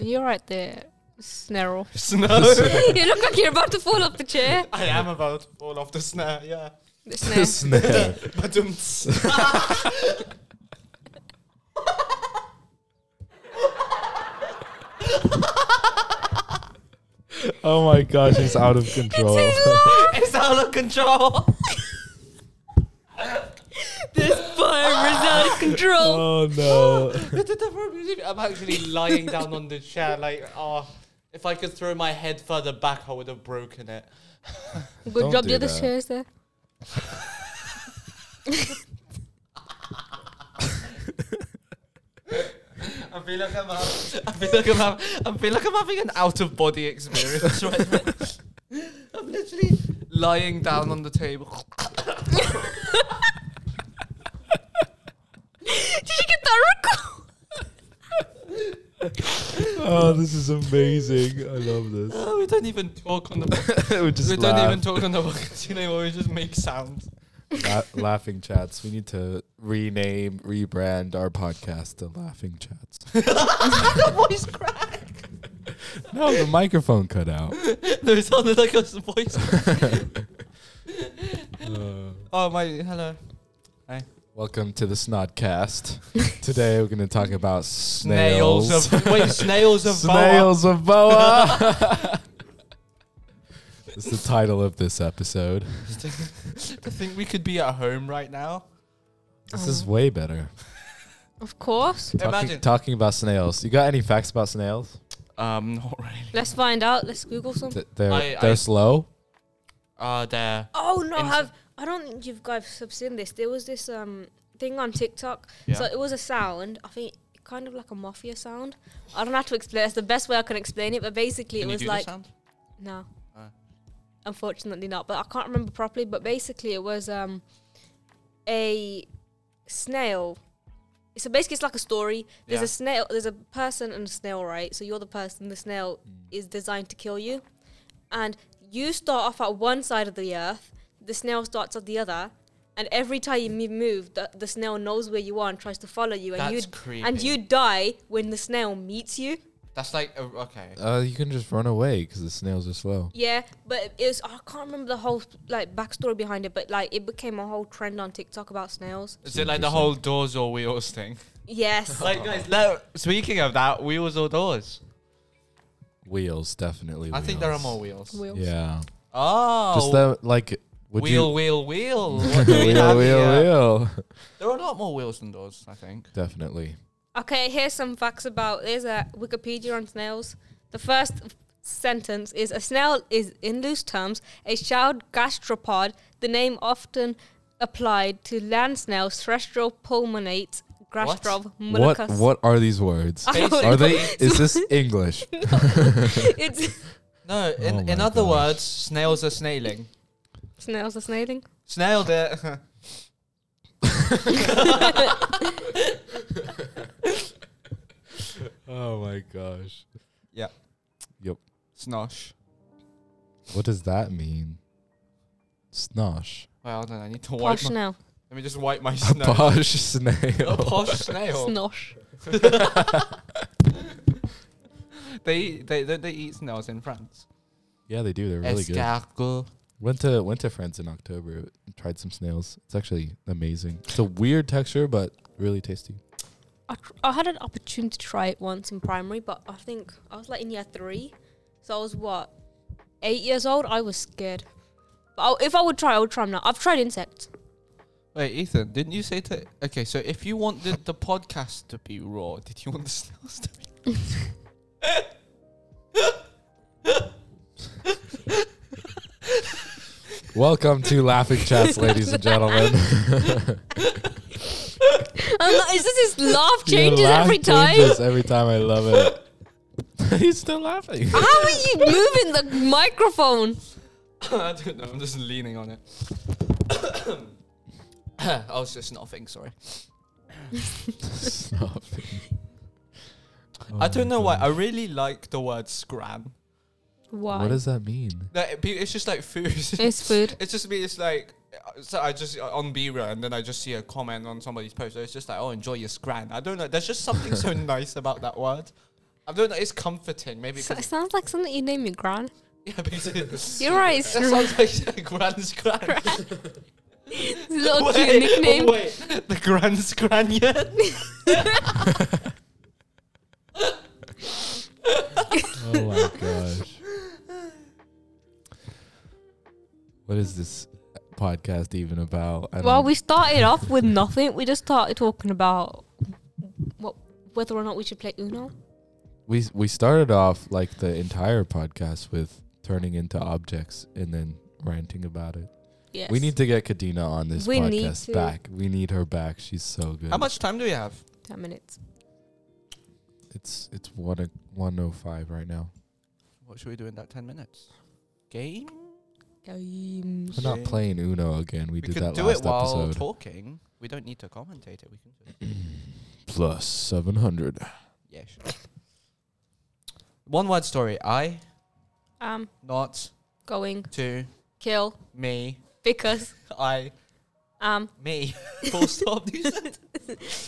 S2: You're right there, *laughs* Snerl.
S4: Snow. *laughs*
S2: you look like you're about to fall off the chair.
S4: I am about to fall off the snare, yeah.
S2: The snare.
S1: Snare.
S4: But um, *laughs*
S1: Oh my gosh, he's out of control.
S4: *laughs* it's out of control.
S2: this fire is out
S4: *laughs*
S2: of control.
S1: oh no.
S4: I'm actually lying down on the chair, like, oh, if I could throw my head further back, I would have broken it.
S2: Good
S1: Don't
S2: job,
S1: do
S2: the other
S1: that.
S2: chair is there.
S4: I feel like I'm, hav- *laughs* I feel like I'm, hav- I feel like I'm having an out of body experience. Right now. *laughs* I'm literally lying down on the table.
S2: *laughs* Did you get that record?
S1: Oh, this is amazing. I love this.
S4: Oh, we don't even talk on the. *laughs*
S1: we just
S4: we
S1: laugh.
S4: don't
S1: *laughs*
S4: even talk *laughs* on the podcast anymore. We just make sounds.
S1: La- laughing chats. We need to rename, rebrand our podcast to Laughing Chats. *laughs*
S4: the voice crack.
S1: No, the microphone cut out.
S4: No, it sounded like a s- voice. Oh my, hello. *laughs*
S1: welcome to the Snodcast. Today we're going to talk about
S4: Snails,
S1: snails. *laughs*
S4: of wait, snails of
S1: snails of boa. *laughs* It's the title of this episode.
S4: I think we could be at home right now. Uh-huh.
S1: This is way better.
S2: *laughs* Of course.
S1: Talking,
S3: Imagine.
S1: talking about snails. You got any facts about snails?
S4: Um, not really.
S2: Let's find out. Let's Google something.
S1: Th- they're
S4: I-
S1: they're
S4: I-
S1: slow.
S4: Uh, there.
S2: Oh no,
S4: Instant.
S2: have I don't think you guys have seen this. There was this um thing on TikTok. So
S4: Yeah.
S2: it was a sound. I think kind of like a mafia sound. I don't know how to explain. That's the best way I can explain it. But basically,
S4: Can
S2: it
S4: you
S2: was
S4: do the
S2: like
S4: sound?
S2: no,
S4: Ah.
S2: unfortunately not. But I can't remember properly. But basically, it was um a snail. So basically, it's like a story. There's
S4: Yeah.
S2: a snail. There's a person and a snail, right? So you're the person. The snail
S4: Mm.
S2: is designed to kill you, and you start off at one side of the earth. The snail starts at the other, and every time you m- move, the, the snail knows where you are and tries to follow you. And you
S4: That's
S2: d-
S4: creepy.
S2: and you die when the snail meets you.
S4: That's like a, okay.
S1: Uh, you can just run away because the snails are slow.
S2: Yeah, but it was I can't remember the whole like backstory behind it, but like it became a whole trend on TikTok about snails.
S4: Is it like the whole doors or wheels thing?
S1: *laughs*
S2: Yes.
S4: like guys, no, speaking of that, wheels or doors?
S1: Wheels, definitely.
S4: I think there are
S1: wheels.
S4: more wheels.
S2: Wheels.
S1: Yeah.
S4: Oh,
S1: Just the like. Would
S4: wheel,
S1: you?
S4: wheel, wheel,
S1: *laughs* wheel, wheel, wheel. *laughs*
S4: There are a lot more wheels than doors, I think.
S1: Definitely.
S2: Okay, here's some facts about there's a Wikipedia on snails. The first sentence is a snail is in loose terms a shelled gastropod, the name often applied to land snails, terrestrial pulmonates, Oh, gastrov,
S1: What
S2: *laughs* molluscus.
S1: what are these words?
S2: I don't
S4: Basic-
S1: Are
S2: know.
S1: they? Is this
S4: *laughs*
S1: English?
S2: it's *laughs*
S4: No,
S1: Oh
S4: in, in
S1: my
S4: other
S1: gosh.
S4: words, snails are snailing.
S2: snails are
S1: *laughs*
S2: *laughs* snailing.
S4: Snailed it. *laughs*
S1: Oh my gosh.
S4: Yeah.
S1: Yep.
S4: Snosh.
S1: What does that mean? Snosh.
S4: Well, then I need to wipe.
S2: Posh
S4: My,
S2: snail.
S4: let me just wipe my *laughs*
S1: A
S4: snail.
S1: posh
S4: A
S1: snail.
S4: *laughs* posh snail.
S2: Snosh.
S4: They eat, they, they they eat snails in France.
S1: *laughs* Yeah, they do. They're really good.
S4: Escargot.
S1: Went to went to France in October. and Tried some snails. It's actually amazing. It's a weird texture, but really tasty.
S2: I, tr- I had an opportunity to try it once in primary, but I think I was like in year three, so I was what eight years old. I was scared. But I, if I would try, I would try them now. I've tried insects. *laughs*
S4: Wait, Ethan, didn't you say to? Okay, so if you wanted the podcast to be raw, did you want the *laughs* snails to be?
S1: Welcome to Laughing Chats, ladies and gentlemen.
S2: I'm like, is
S1: *laughs*
S2: this his laugh
S1: Your
S2: changes
S1: laugh
S2: every time?
S1: changes every time. I love it.
S4: *laughs*
S1: He's still *laughs* laughing.
S2: How are you moving the microphone?
S4: I don't know. I'm just leaning on it. *coughs* I was just snuffing. Sorry.
S1: Snuffing.
S4: I
S1: Oh
S4: don't
S1: my
S4: know why.
S1: gosh.
S4: I really like the word scram.
S2: Why?
S1: Oh What does that mean?
S4: No, it be- it's just like food. *laughs*
S2: it's food.
S4: It's just me. It's like uh, so. I just uh, on Bira, and then I just see a comment on somebody's post. So it's just like, oh, enjoy your scran. I don't know. There's just
S1: *laughs*
S4: something *laughs* so nice about that word. I don't know. It's comforting. Maybe
S2: So, it
S4: 'cause-
S2: sounds like something you name your gran.
S4: yeah, because
S2: *laughs*
S4: it's-
S2: You're right.
S4: That
S2: It's
S4: *laughs* sounds like a grand scran.
S2: a little cute nickname.
S4: wait, the
S2: *laughs*
S4: grand scranion.
S1: Oh my gosh. What is this podcast even about? I
S2: Well,
S1: don't-
S2: we started off with nothing. We just started talking about what, whether or not we should play Uno.
S1: we we started off like the entire podcast with turning into objects and then ranting about it.
S2: Yes.
S1: We need to get Kadena on this
S2: We need
S1: podcast
S2: to.
S1: back. We need her back. She's so good.
S4: How much time do we have?
S2: ten minutes.
S1: It's it's one o- 105 right now.
S4: What should we do in that ten minutes? Game.
S2: Games.
S1: We're not
S4: Yeah.
S1: playing Uno again. We,
S4: We
S1: did
S4: could
S1: that
S4: do
S1: last
S4: it while
S1: episode.
S4: talking. We don't need to commentate it. We can just
S1: Plus 700.
S4: yeah. Sure. One word story. I
S2: Um,
S4: not
S2: going
S4: to
S2: kill
S4: me.
S2: because
S4: I
S2: um
S4: me. *laughs* Full
S1: *laughs*
S4: stop. dude.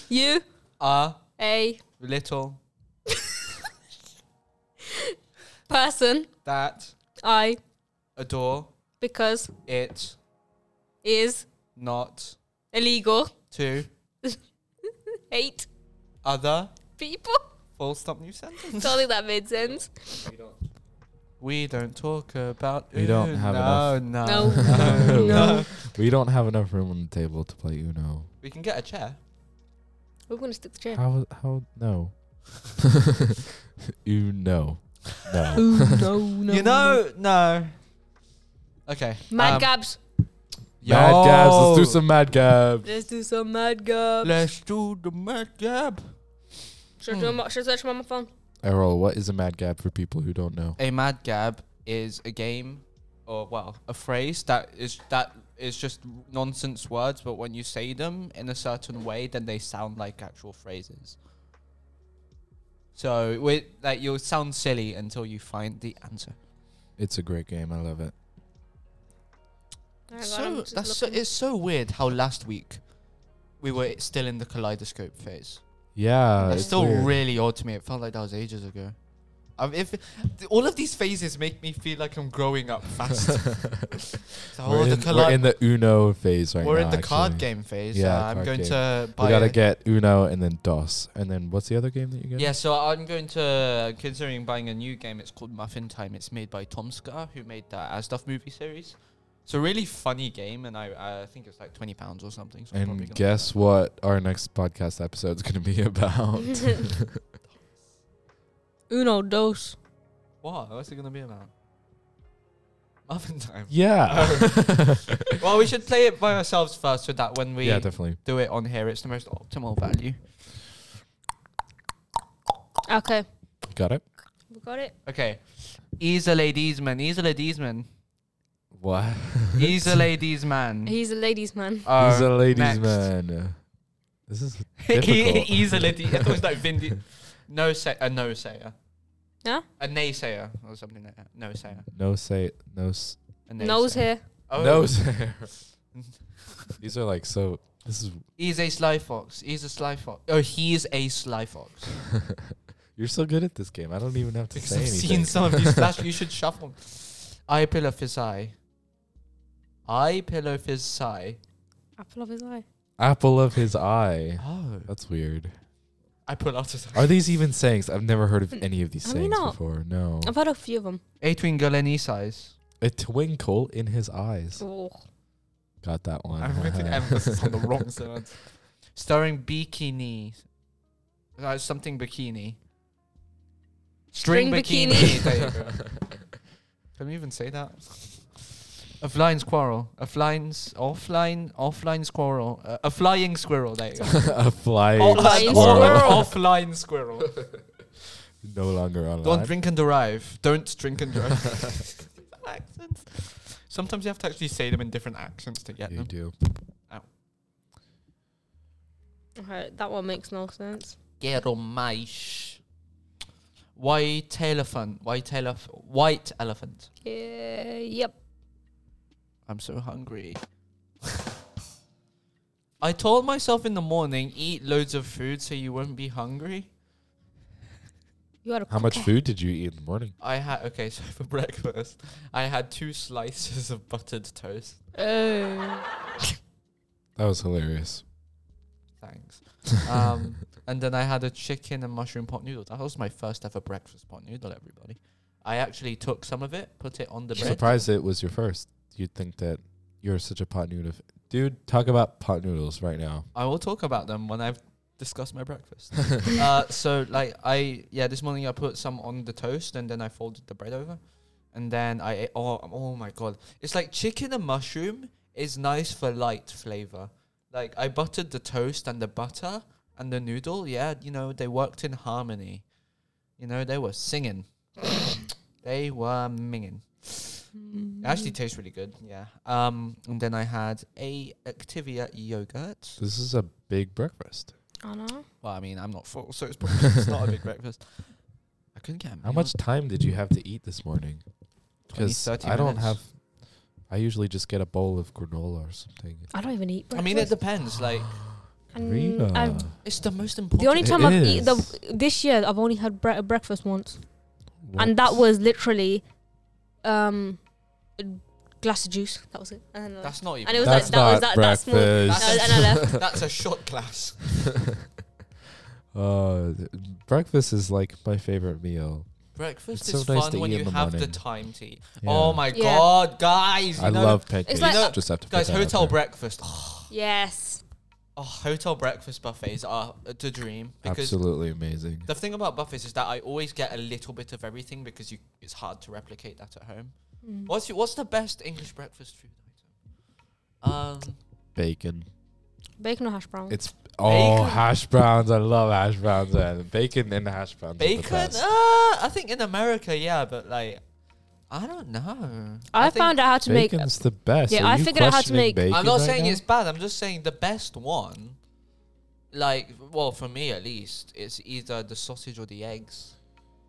S2: you
S4: A
S2: a
S4: little
S2: person
S4: that
S2: I
S4: adore
S2: because
S4: it
S2: is
S4: not
S2: illegal
S4: to
S2: hate
S4: other
S2: people. *laughs*
S4: full stop new sentence.
S2: Don't think that made sense.
S4: We don't talk about.
S1: We don't have
S4: no,
S1: enough.
S2: *laughs*
S4: No,
S2: No.
S1: No.
S4: no, no.
S1: We don't have enough room on the table to play Uno.
S4: We can get a chair.
S2: We're gonna stick the chair.
S1: How? How? No. *laughs* you know. No.
S2: Ooh, no, no.
S3: you know, no. Okay.
S2: Mad
S3: um,
S2: Gabs.
S1: Mad Gabs. Let's do
S3: yo.
S1: some Mad Gabs.
S2: Let's do some Mad Gabs.
S3: Let's do the mad gab.
S2: Should I, do my, should I search 'em on my phone?
S1: Errol, what is a Mad Gab for people who don't know?
S3: A mad gab is a game, or well, a phrase that is that is just nonsense words, but when you say them in a certain way, then they sound like actual phrases. So with like you'll sound silly until you find the answer.
S1: It's a great game. I love it.
S2: Hang on, I'm
S3: So
S2: just
S3: that's so,
S2: looking.
S3: it's so weird how last week we were still in the kaleidoscope phase.
S1: Yeah.
S3: It's
S1: Uh, it's *laughs*
S3: still
S1: weird.
S3: really odd to me. It felt like that was ages ago. Um, if th- all of these phases make me feel like I'm
S1: *laughs*
S3: growing up fast. So, oh,
S1: we're,
S3: the
S1: in,
S3: colo-
S1: we're in the Uno phase right
S3: we're
S1: now.
S3: in the card
S1: actually.
S3: game phase.
S1: Yeah,
S3: Yeah, I'm
S1: card
S3: going
S1: game.
S3: to buy.
S1: We gotta
S3: a-
S1: get Uno and then DOS, and then what's the other game that you get?
S3: Yeah, so I'm going to considering buying a new game. It's called Muffin Time. It's made by Tom Scar, who made that Asduff movie series. It's a really funny game, and I I think it's like twenty pounds or something. So I'm probably
S1: And
S3: gonna-
S1: guess what? Our next podcast episode is gonna be *laughs*
S2: *laughs*
S1: about.
S2: Uno dos.
S3: what? What's it gonna be about? Muffin Time.
S1: yeah.
S3: *laughs* Oh. well, we should play it by ourselves first, so that when we
S1: *laughs* yeah, definitely.
S3: do it on here, it's the most optimal value.
S2: Okay,
S1: Got it.
S2: we got it.
S3: Okay, he's a ladies man. He's a ladies man.
S1: What?
S2: *laughs*
S3: He's a ladies man.
S2: He's a ladies man.
S3: Uh,
S1: He's a ladies
S3: next.
S1: man. This is
S3: *laughs* He-
S1: difficult.
S3: he's a lady. It was like Vin
S1: *laughs*
S3: Di- no say a no sayer.
S2: Huh?
S3: A naysayer or something like that. No sayer.
S1: no say no s-
S3: A
S2: Nose
S3: naysayer.
S2: hair.
S3: Oh.
S1: no say. *laughs* These are like so. This is *laughs*
S3: He's a sly fox. He's a sly fox. Oh, he's a sly fox.
S1: you're so good at this game. I don't even have to
S3: Because
S1: say
S3: *laughs* I've
S1: anything.
S3: seen some of these flash. You should shuffle. I pillow fizz eye. I pillow fizz eye.
S2: Apple of his eye.
S1: Apple of his eye.
S3: Oh.
S1: That's weird.
S3: I pull out his eye.
S1: Are these even sayings? I've never heard of any of these
S2: Have you
S1: sayings
S2: not?
S1: before. No.
S2: I've had a few of them.
S3: A twinkle and his eyes.
S1: A twinkle in his eyes.
S2: Oh.
S1: Got that one.
S4: I'm putting emphasis on the wrong sentence.
S3: Starring bikini. Uh, something bikini.
S2: String bikini.
S3: *laughs* There you go. Can we even say that? A flying squirrel. A flying's offline offline squirrel. Uh, a flying squirrel. There you go.
S1: *laughs* a flying
S3: Oh,
S2: Offline
S1: squirrel.
S2: squirrel.
S3: *laughs*
S4: Offline squirrel.
S1: *laughs* No longer online.
S3: Don't drink and drive. Don't drink and drive. accents.
S4: Sometimes you have to actually say them in different accents to get
S1: You
S4: them.
S1: do.
S2: Okay, that one makes no sense.
S3: Get on my sh. White elephant. White elephant. White elephant.
S2: Yeah. Yep.
S3: I'm so hungry. *laughs* I told myself in the morning, eat loads of food so you won't be hungry.
S2: You had a
S1: How much
S2: cookie.
S1: food did you eat in the morning?
S3: I had okay, *laughs* so for breakfast, I had two slices of buttered toast.
S2: Oh.
S1: That was
S3: *laughs*
S1: hilarious.
S3: Thanks. *laughs* Um, and then I had a chicken and mushroom pot noodle. That was my first ever breakfast pot noodle. Everybody, I actually took some of it, put it on the
S1: *laughs*
S3: bread.
S1: Surprised it was your first. You'd think that you're such a pot noodle. f- Dude, talk about pot noodles right now.
S3: I will talk about them when I've discussed my breakfast. uh, so like I yeah, this morning I put some on the toast and then I folded the bread over, and then I ate, oh oh my god, it's like chicken and mushroom is nice for light flavor. Like I buttered the toast and the butter and the noodle. Yeah, you know they worked in harmony. You know they were singing. they were minging. It actually tastes really good. Yeah. Um. And then I had a Activia yogurt.
S1: This is a big breakfast.
S2: I know.
S3: Well, I mean, I'm not full,
S2: *laughs*
S3: so it's, probably, it's not a big breakfast. I couldn't get a
S1: How
S3: meal.
S1: much time did you have to eat this morning?
S3: 20,
S1: Because
S3: 30
S1: I don't
S3: minutes.
S1: have. I usually just get a bowl of granola or something.
S2: I don't even eat
S3: I
S2: breakfast.
S3: mean, it
S2: *sighs*
S3: depends. Like,
S2: And
S1: Rita.
S2: I've-
S3: it's the most
S2: the
S3: important.
S2: only time I've
S1: It
S2: eaten the,
S1: is.
S2: this year, I've only had bre- breakfast once,
S1: What?
S2: and that was literally, um, a glass of juice. That was it. And then I left.
S3: that's not even.
S2: and it was
S1: That's
S2: like that was
S1: not
S2: that, that small.
S1: breakfast.
S2: That was, and I left.
S3: *laughs* that's a shot glass.
S1: *laughs* Uh, th- breakfast is like my favorite meal.
S3: Breakfast
S1: It's so
S3: is
S1: nice to
S3: fun when
S1: eat
S3: you
S1: in the
S3: have the
S1: morning.
S3: time to eat.
S1: Yeah.
S3: Oh my
S2: Yeah.
S3: god, guys! you
S1: I
S3: know-
S1: love pancakes.
S2: like-
S1: just have to put
S3: guys.
S1: that out
S3: Hotel
S1: there.
S3: breakfast.
S2: Yes.
S3: oh, hotel breakfast buffets are the dream because
S1: Absolutely amazing.
S3: the thing about buffets is that I always get a little bit of everything because you it's hard to replicate that at home.
S2: Mm.
S3: What's your, what's the best English breakfast food item? Um,
S1: Bacon.
S2: Bacon or hash brown?
S1: It's oh
S3: Bacon.
S1: hash browns. I love hash browns and bacon and hash browns. are the
S3: bacon. Uh,
S1: best.
S3: I think in America, yeah, but like, I don't know.
S2: I,
S3: think-
S2: found out how to make.
S1: Bacon's the best.
S2: Yeah,
S1: Are
S2: I
S1: you
S2: figured out how to
S1: questioning
S2: make- I'm
S1: Bacon
S3: I'm not
S1: right
S3: saying
S1: now?
S3: it's bad. I'm just saying the best one, like, well, for me at least, it's either the sausage or the eggs.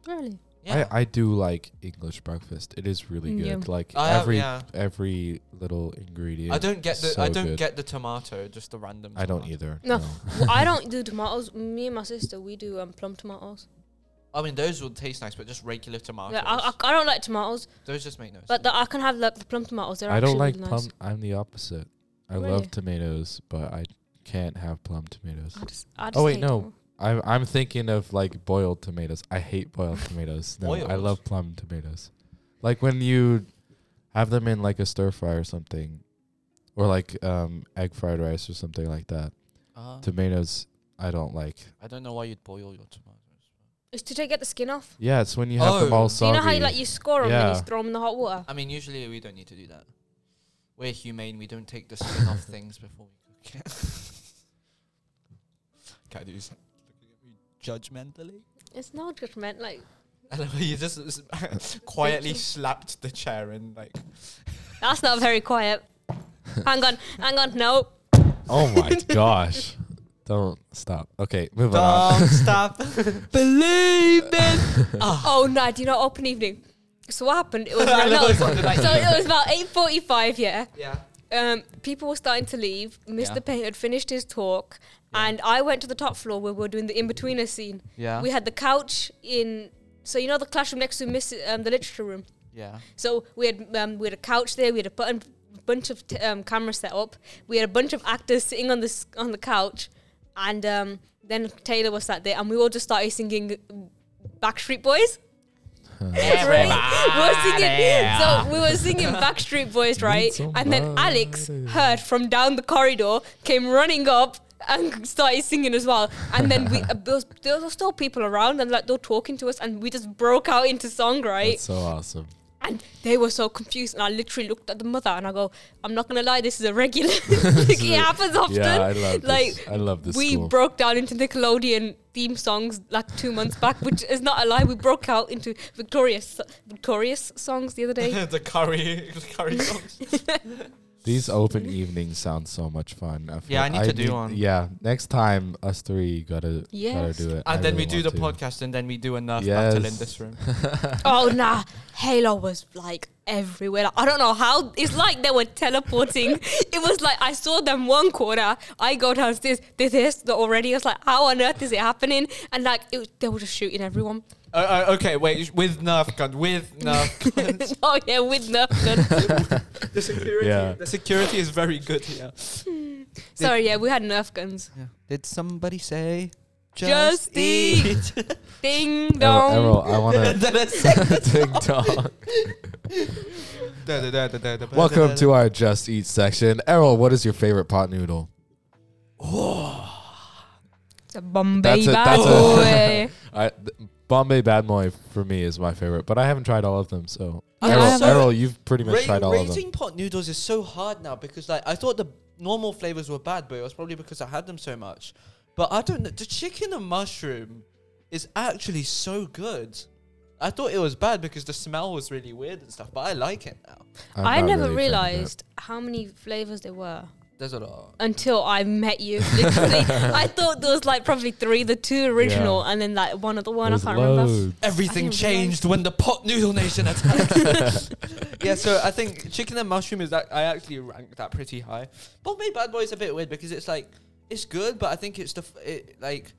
S2: Really?
S3: Yeah.
S1: I, I do like English breakfast. It is really
S2: Mm, yeah.
S1: good. Like
S3: I have-
S1: every
S3: yeah.
S1: every little ingredient.
S3: I don't get the
S1: so
S3: I don't
S1: good.
S3: get the tomato, just the random.
S1: I don't
S3: tomato.
S1: either.
S2: No. Well, I don't do tomatoes. Me and my sister, we do um, plum tomatoes.
S3: I mean, those would taste nice, but just regular tomatoes.
S2: Yeah, I, I, I don't like tomatoes,
S3: those just make no sense.
S2: but the, I can have like, the plum tomatoes. They're
S1: I don't
S2: actually
S1: like
S2: really
S1: plum.
S2: Nice.
S1: I'm the opposite. I
S2: Really?
S1: love tomatoes, but I can't have plum tomatoes.
S2: I just, I just
S1: Oh, wait,
S2: hate
S1: no.
S2: tomatoes.
S1: I'm I'm thinking of like boiled tomatoes. I hate
S2: *laughs*
S1: boiled tomatoes. No, I
S3: Boiled?
S1: love plum tomatoes. Like when you have them in like a stir fry or something, or like um egg fried rice or something like that.
S2: Oh.
S3: Ah.
S1: Tomatoes I don't like.
S3: I don't know why you'd boil your tomatoes.
S2: It's to take get the skin off.
S1: Yeah, it's when you have them
S3: Oh.
S1: all
S2: So
S1: soggy.
S2: you know how you like you score them and
S1: Yeah.
S2: you throw them in the hot water.
S3: I mean, usually we don't need to do that. We're humane. We don't take the
S1: *laughs*
S3: skin off things before we cook it. Cadu's looking at me judgmentally.
S2: It's no judgment. Like
S3: *laughs* I love how you just s- *laughs* quietly slapped the chair and
S1: *laughs*
S3: like.
S2: that's not very quiet. hang on, hang on.
S1: *laughs*
S2: No,
S1: oh
S2: *laughs*
S1: my gosh. Don't stop. Okay, move on. *laughs*
S3: Don't stop. *laughs* Believe it.
S2: oh no, do you not open evening? So what happened?
S1: *laughs*
S2: It was
S3: I
S2: around-
S3: know,
S2: no,
S3: it's
S2: so
S3: not the night.
S2: it was about eight forty-five. Yeah.
S3: Yeah.
S2: um, people were starting to leave. Mr.
S3: Yeah.
S2: Payne had finished his talk, and I went to the top floor where we were doing the in-betweener scene.
S3: Yeah.
S2: We had the couch in, so you know the classroom next to Miss, um, the literature room.
S3: yeah.
S2: So we had um, we had a couch there. We had a button, bunch of t- um, cameras set up. We had a bunch of actors sitting on this on the couch, and um, then Taylor was sat there, and we all just started singing Backstreet Boys. *laughs* Right? We were singing, so we were singing Backstreet Boys, right? And then Alex heard from down the corridor, came running up and started singing as well. And then we, uh, there, was, there were still people around and like they were talking to us, and we just broke out into song, right?
S1: That's so awesome.
S2: And they were so confused, and I literally looked at the mother and I go, "I'm not gonna lie, this is a
S1: *laughs*
S2: regular. *laughs* like, it happens often.
S1: Yeah, I love
S2: like
S1: this. I love this
S2: we
S1: school.
S2: broke down into Nickelodeon theme songs like two months back, which is not a lie. We broke out into victorious, victorious songs the other
S1: *laughs*
S2: day.
S3: *laughs* the curry, the curry songs.
S1: These open evenings sound so much fun. I feel
S3: Yeah, I
S1: like
S3: need to do one.
S1: Yeah, next time us three gotta
S2: Yes.
S1: gotta do it.
S3: and
S1: I
S3: Uh, then we
S1: really
S3: do the
S1: want to.
S3: podcast, and then we do a nerf battle in
S1: Yes.
S3: this room.
S2: oh nah, Halo was like everywhere. Like, I don't know how. It's like they were teleporting.
S1: *laughs*
S2: it was like I saw them one corner. I go downstairs. This is already. I was like, how on earth is it happening? And like it, was- they were just shooting everyone.
S3: Uh, uh, okay, wait. With Nerf gun. With *laughs* Nerf gun.
S2: *laughs* oh yeah, with Nerf
S3: *laughs*
S2: gun.
S3: the security.
S1: Yeah.
S3: The security is very good *laughs* here.
S2: Sorry, yeah, we had Nerf guns.
S3: Did somebody say?
S2: Just eat. Ding dong.
S1: Errol, Errol, I
S3: *laughs*
S1: wanna *laughs* ding dong. Welcome to our Just Eat section. Errol, what is your favorite pot noodle?
S2: It's a Bombay
S1: That's a-
S2: bad
S1: that's *laughs* a-
S2: boy.
S1: I th- Bombay Bad Boy for me is my favorite, but I haven't tried all of them. So
S3: I
S1: Errol,
S3: haven't-
S1: Errol, you've pretty much
S3: Ra-
S1: tried all of them.
S3: rating pot noodles is so hard now because like I thought the normal flavors were bad, but it was probably because I had them so much. But I don't know. The chicken and mushroom is actually so good. I thought it was bad because the smell was really weird and stuff, but I like it now.
S1: I'm
S2: I
S1: not really a fan
S2: never
S1: of it.
S2: realized how many flavors there were
S3: There's a lot.
S2: until I met you. *laughs*
S1: *laughs*
S2: Literally, I thought there was like probably three, the two original, and then like one other one.
S1: There's
S2: I can't remember.
S1: loads.
S3: Everything
S2: I didn't
S3: changed when the pot noodle nation attacked. *laughs* yeah, so I think chicken and mushroom is that I actually rank that pretty high. Bombay Bad Boy is a bit weird because it's like it's good, but I think it's the f- it, like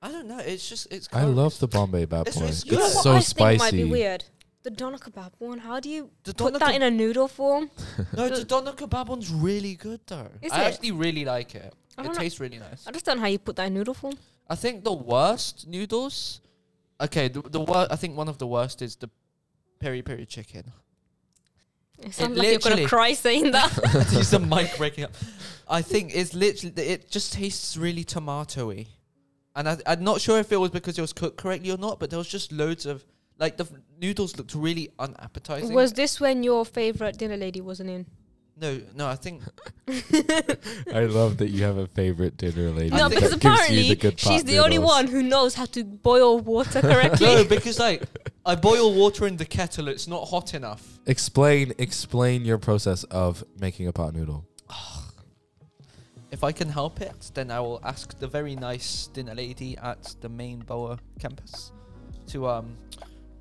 S3: I don't know. It's just it's.
S1: I
S3: curry.
S1: love the Bombay Bad
S3: It's-
S1: Boy.
S3: it's
S1: It's,
S3: good. You know what
S1: so
S2: I
S1: spicy.
S2: think might be weird. The doner kebab one. How do you
S3: The
S2: put
S3: doner
S2: that
S3: keb-
S2: in a noodle form?
S3: no. The doner kebab one's really good though.
S2: Is
S3: I
S2: it?
S3: actually really like it.
S2: I
S3: It
S2: don't know.
S3: tastes really nice.
S2: I just don't know how you put that in noodle form.
S3: I think the worst noodles. *laughs* Okay, the the wor- I think one of the worst is the peri peri chicken.
S2: It sounds like you're gonna
S3: literally-
S2: cry saying
S3: *laughs*
S2: that.
S3: He's the mic breaking up. I think it's literally it just tastes really tomatoey, and I, I'm not sure if it was because it was cooked correctly or not, but there was just loads of like the f- noodles looked really unappetizing.
S2: was this when your favorite dinner lady wasn't in?
S3: no, no, I
S2: *laughs*
S3: think
S1: I love that you have a favorite dinner lady.
S2: no,
S1: that
S2: because
S1: gives you
S2: apparently
S1: good
S2: she's
S1: pot
S2: the only
S1: noodles.
S2: one who knows how to boil water correctly.
S3: *laughs* no because like I boil water in the kettle, it's not hot enough.
S1: Explain, explain your process of making a pot noodle.
S3: If I can help it, then I will ask the very nice dinner lady at the main Boa campus to, um,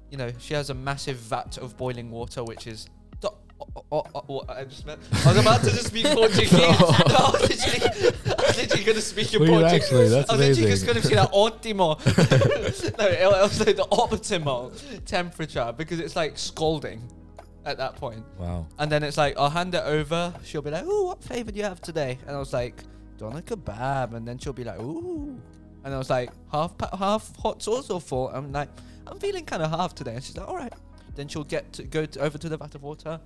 S3: you know, she has a massive vat of boiling water, which is. do- o- o- o- o- I just meant. I was about to just
S1: *laughs*
S3: speak Portuguese. no, *laughs* I was literally, I was literally going to speak in
S1: Were you
S3: Portuguese.
S1: actually? That's
S3: I was literally just
S1: amazing.
S3: going to say
S1: *laughs*
S3: that ótimo. *laughs* no, it was like the optimal temperature because it's like scalding at that point.
S1: Wow.
S3: And then it's like, I'll hand it over. She'll be like, Ooh, what flavor do you have today? And I was like, Doner kebab. And then she'll be like, Ooh. And I was like, half pa- half hot sauce or full? I'm like, I'm feeling kind of half today. And she's like, All right. Then she'll get to go to, over to the vat of water,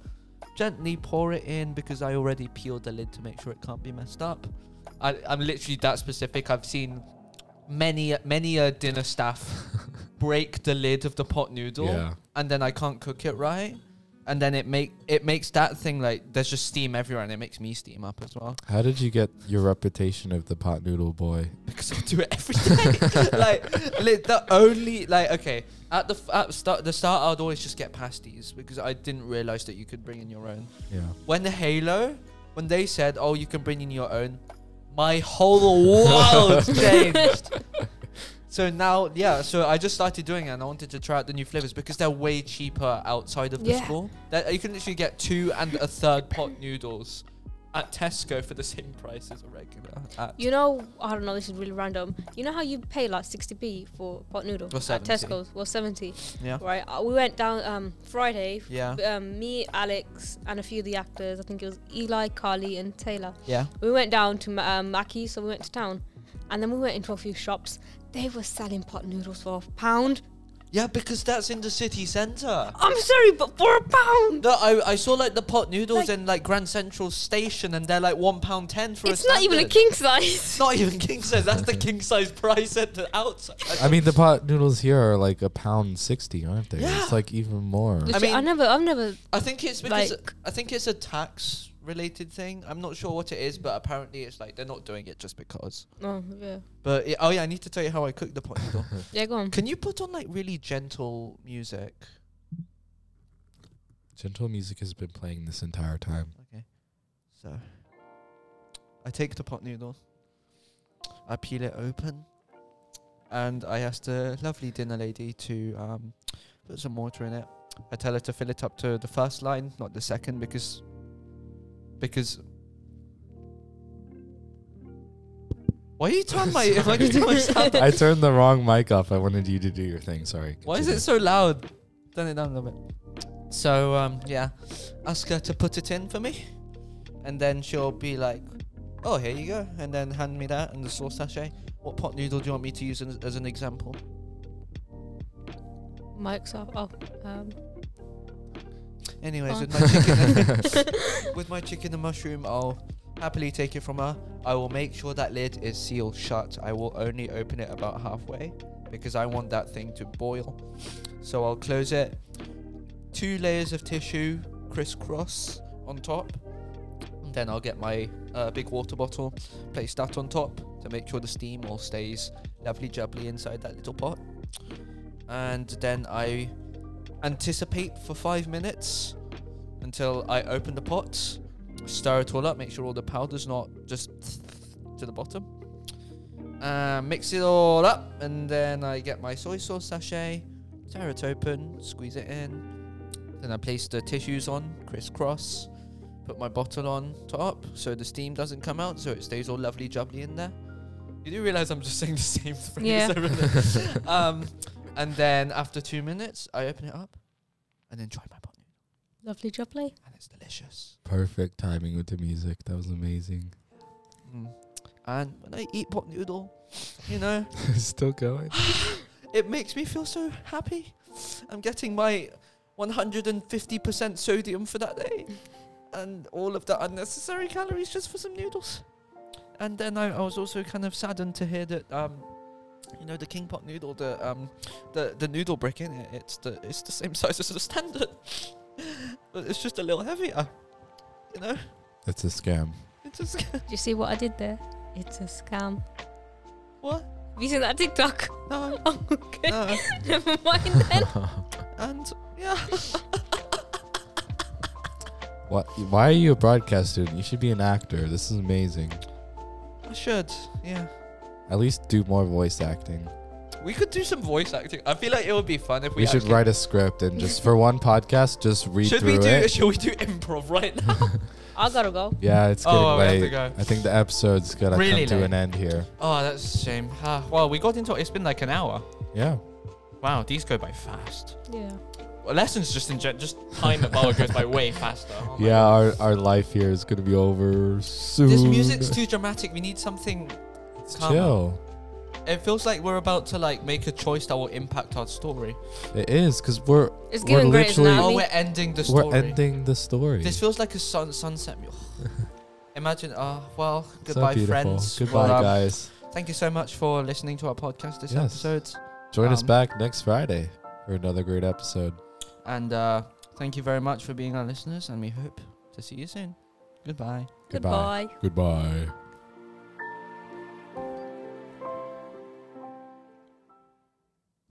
S3: gently pour it in because I already peeled the lid to make sure it can't be messed up. I, I'm literally that specific. I've seen many, many a dinner staff *laughs* break the lid of the pot noodle
S1: Yeah.
S3: and then I can't cook it right, and then it make it makes that thing like there's just steam everywhere, and it makes me steam up *laughs* as well
S1: How did you get your reputation of the pot noodle boy?
S3: because I do it every day. *laughs* like li- the only like okay at the f- at start the start I'd always just get pasties because I didn't realize that you could bring in your own.
S1: Yeah.
S3: When the Halo, when they said oh you can bring in your own, my whole world changed. So now, yeah. So I just started doing it, and I wanted to try out the new flavors because they're way cheaper outside of the
S2: Yeah.
S3: school. That you can literally get two and a third pot noodles at Tesco for the same price as a regular.
S2: *laughs*
S3: At
S2: You know, I don't know. This is really random. You know how you pay like sixty p for pot noodle
S3: Or
S2: at
S3: 70.
S2: Tesco's? Well, seventy.
S3: yeah,
S2: Right. Uh, we went down um, Friday. f-
S3: yeah,
S2: Um, me, Alex, and a few of the actors. I think it was Eli, Carly, and Taylor.
S3: yeah.
S2: We went down to Ma- um, Mackey, so we went to town, and then we went into a few shops. They were selling pot noodles for a pound.
S3: Yeah, because that's in the city centre.
S2: I'm sorry, but for a pound.
S3: No, I, I saw like the pot
S2: Like-
S3: noodles in like Grand Central Station, and they're like one pound ten for a.
S2: It's not even a
S3: standard.
S2: king size. *laughs*
S3: It's not even king size. That's the king size price at the outside.
S1: I mean, the pot noodles here are like a pound sixty, aren't they?
S3: Yeah.
S1: It's like even more.
S2: I,
S3: mean-
S2: never, I've never.
S3: I think it's because
S2: Like-
S3: I think it's a tax related thing. I'm not sure what it is, but apparently it's like they're not doing it just because.
S2: Oh yeah,
S3: But it, oh yeah, I need to tell you how I cook the pot noodle.
S2: yeah. Go on.
S3: Can you put on like really gentle music?
S1: Gentle music has been playing this entire
S2: *laughs*
S1: time.
S3: So I take the pot noodle, I peel it open, and I ask the lovely dinner lady to um, put some water in it. I tell her to fill it up to the first line, not the second, because because. Why are you turn my *laughs* why are you turn my sound?
S1: I turned the wrong mic off. I wanted you to do your thing. Sorry.
S3: Why is
S1: Continue.
S3: it so loud? Turn it down a little bit. So um, yeah, ask her to put it in for me, and then she'll be like, "Oh, here you go," and then hand me that and the sauce sachet. What pot noodle do you want me to use as, as an example?
S2: Mike's up. Oh, um, *laughs*
S3: Anyways,
S2: Fine.
S3: with
S2: *laughs*
S3: my chicken, and, *laughs* with my chicken and mushroom, I'll happily take it from her. I will make sure that lid is sealed shut. I will only open it about halfway because I want that thing to boil. So I'll close it. Two layers of tissue crisscross on top. And then I'll get my uh, big water bottle, place that on top to make sure the steam all stays lovely jubbly inside that little pot. And then I anticipate for five minutes until I open the pot, stir it all up, make sure all the powder's not just to the bottom. Uh, mix it all up, and then I get my soy sauce sachet, tear it open, squeeze it in. Then I place the tissues on, crisscross, put my bottle on top so the steam doesn't come out, so it stays all lovely jubbly in there. You do realize I'm just *laughs* saying the same phrase
S2: Yeah.
S3: over and over. um, and then after two minutes, I open it up and then try my pot noodle,
S2: lovely job, play.
S3: and it's delicious.
S1: Perfect timing with the music. That was amazing. *laughs*
S3: Mm. And when I eat pot noodle, you know,
S1: Still going.
S3: it makes me feel so happy. I'm getting my 150% sodium for that day and all of the unnecessary calories just for some noodles. And then I, I was also kind of saddened to hear that um, you know the king pot noodle, the um, the the noodle brick in it, it's the it's the same *laughs* size as the standard, but it's just a little heavier. You know,
S1: It's a scam.
S3: it's just *laughs*
S2: Do you see what I did there? It's a scam.
S3: what
S2: Have you seen that TikTok? *laughs*
S3: no
S2: Oh, okay.
S3: *laughs* no
S2: Never mind then.
S3: and yeah.
S1: What? Why are you a broadcast student? You should be an actor. This is amazing.
S3: I should, yeah.
S1: At least do more voice acting.
S3: We could do some voice acting. I feel like it would be fun if
S1: We,
S3: we,
S1: should
S3: actually-
S1: write a script and just for one podcast, just read
S3: Should
S1: through
S3: we do?
S1: it.
S3: Should
S4: *laughs*
S3: we do improv right
S1: *laughs*
S3: now?
S2: I gotta go.
S1: Yeah, it's
S4: Oh,
S1: getting
S4: well, we have to
S1: late.
S4: go.
S1: I think the episode's gonna
S4: Really
S1: come to
S4: late.
S1: an end here.
S4: Oh, that's a shame. Ah, well, we got into it's been like an hour.
S1: Yeah.
S4: Wow, these go by fast.
S2: Yeah.
S4: Well, lessons just in gen- just time at Bala goes by
S1: *laughs*
S4: way faster. Oh my
S1: yeah,
S4: God.
S1: our, our life here is gonna be over soon.
S4: This music's too dramatic. We need something.
S1: It's
S4: calmer.
S1: chill.
S4: It feels like we're about to like make a choice that will impact our story.
S1: It is because we're
S2: It's
S1: We're
S2: giving great
S1: literally-
S4: Oh,
S2: now.
S4: we're ending the story.
S1: we're ending the story.
S4: This feels like a sun sunset. mu- *sighs* Imagine. Oh, well,
S1: So
S4: goodbye,
S1: beautiful.
S4: friends.
S1: Goodbye,
S4: Well, um,
S1: guys.
S4: Thank you so much for listening to our podcast this
S1: Yes.
S4: episode.
S1: Join us
S4: um,
S1: back next Friday for another great episode.
S4: And uh, thank you very much for being our listeners, and we hope to see you soon. Goodbye.
S1: Goodbye.
S2: Goodbye.
S1: Goodbye.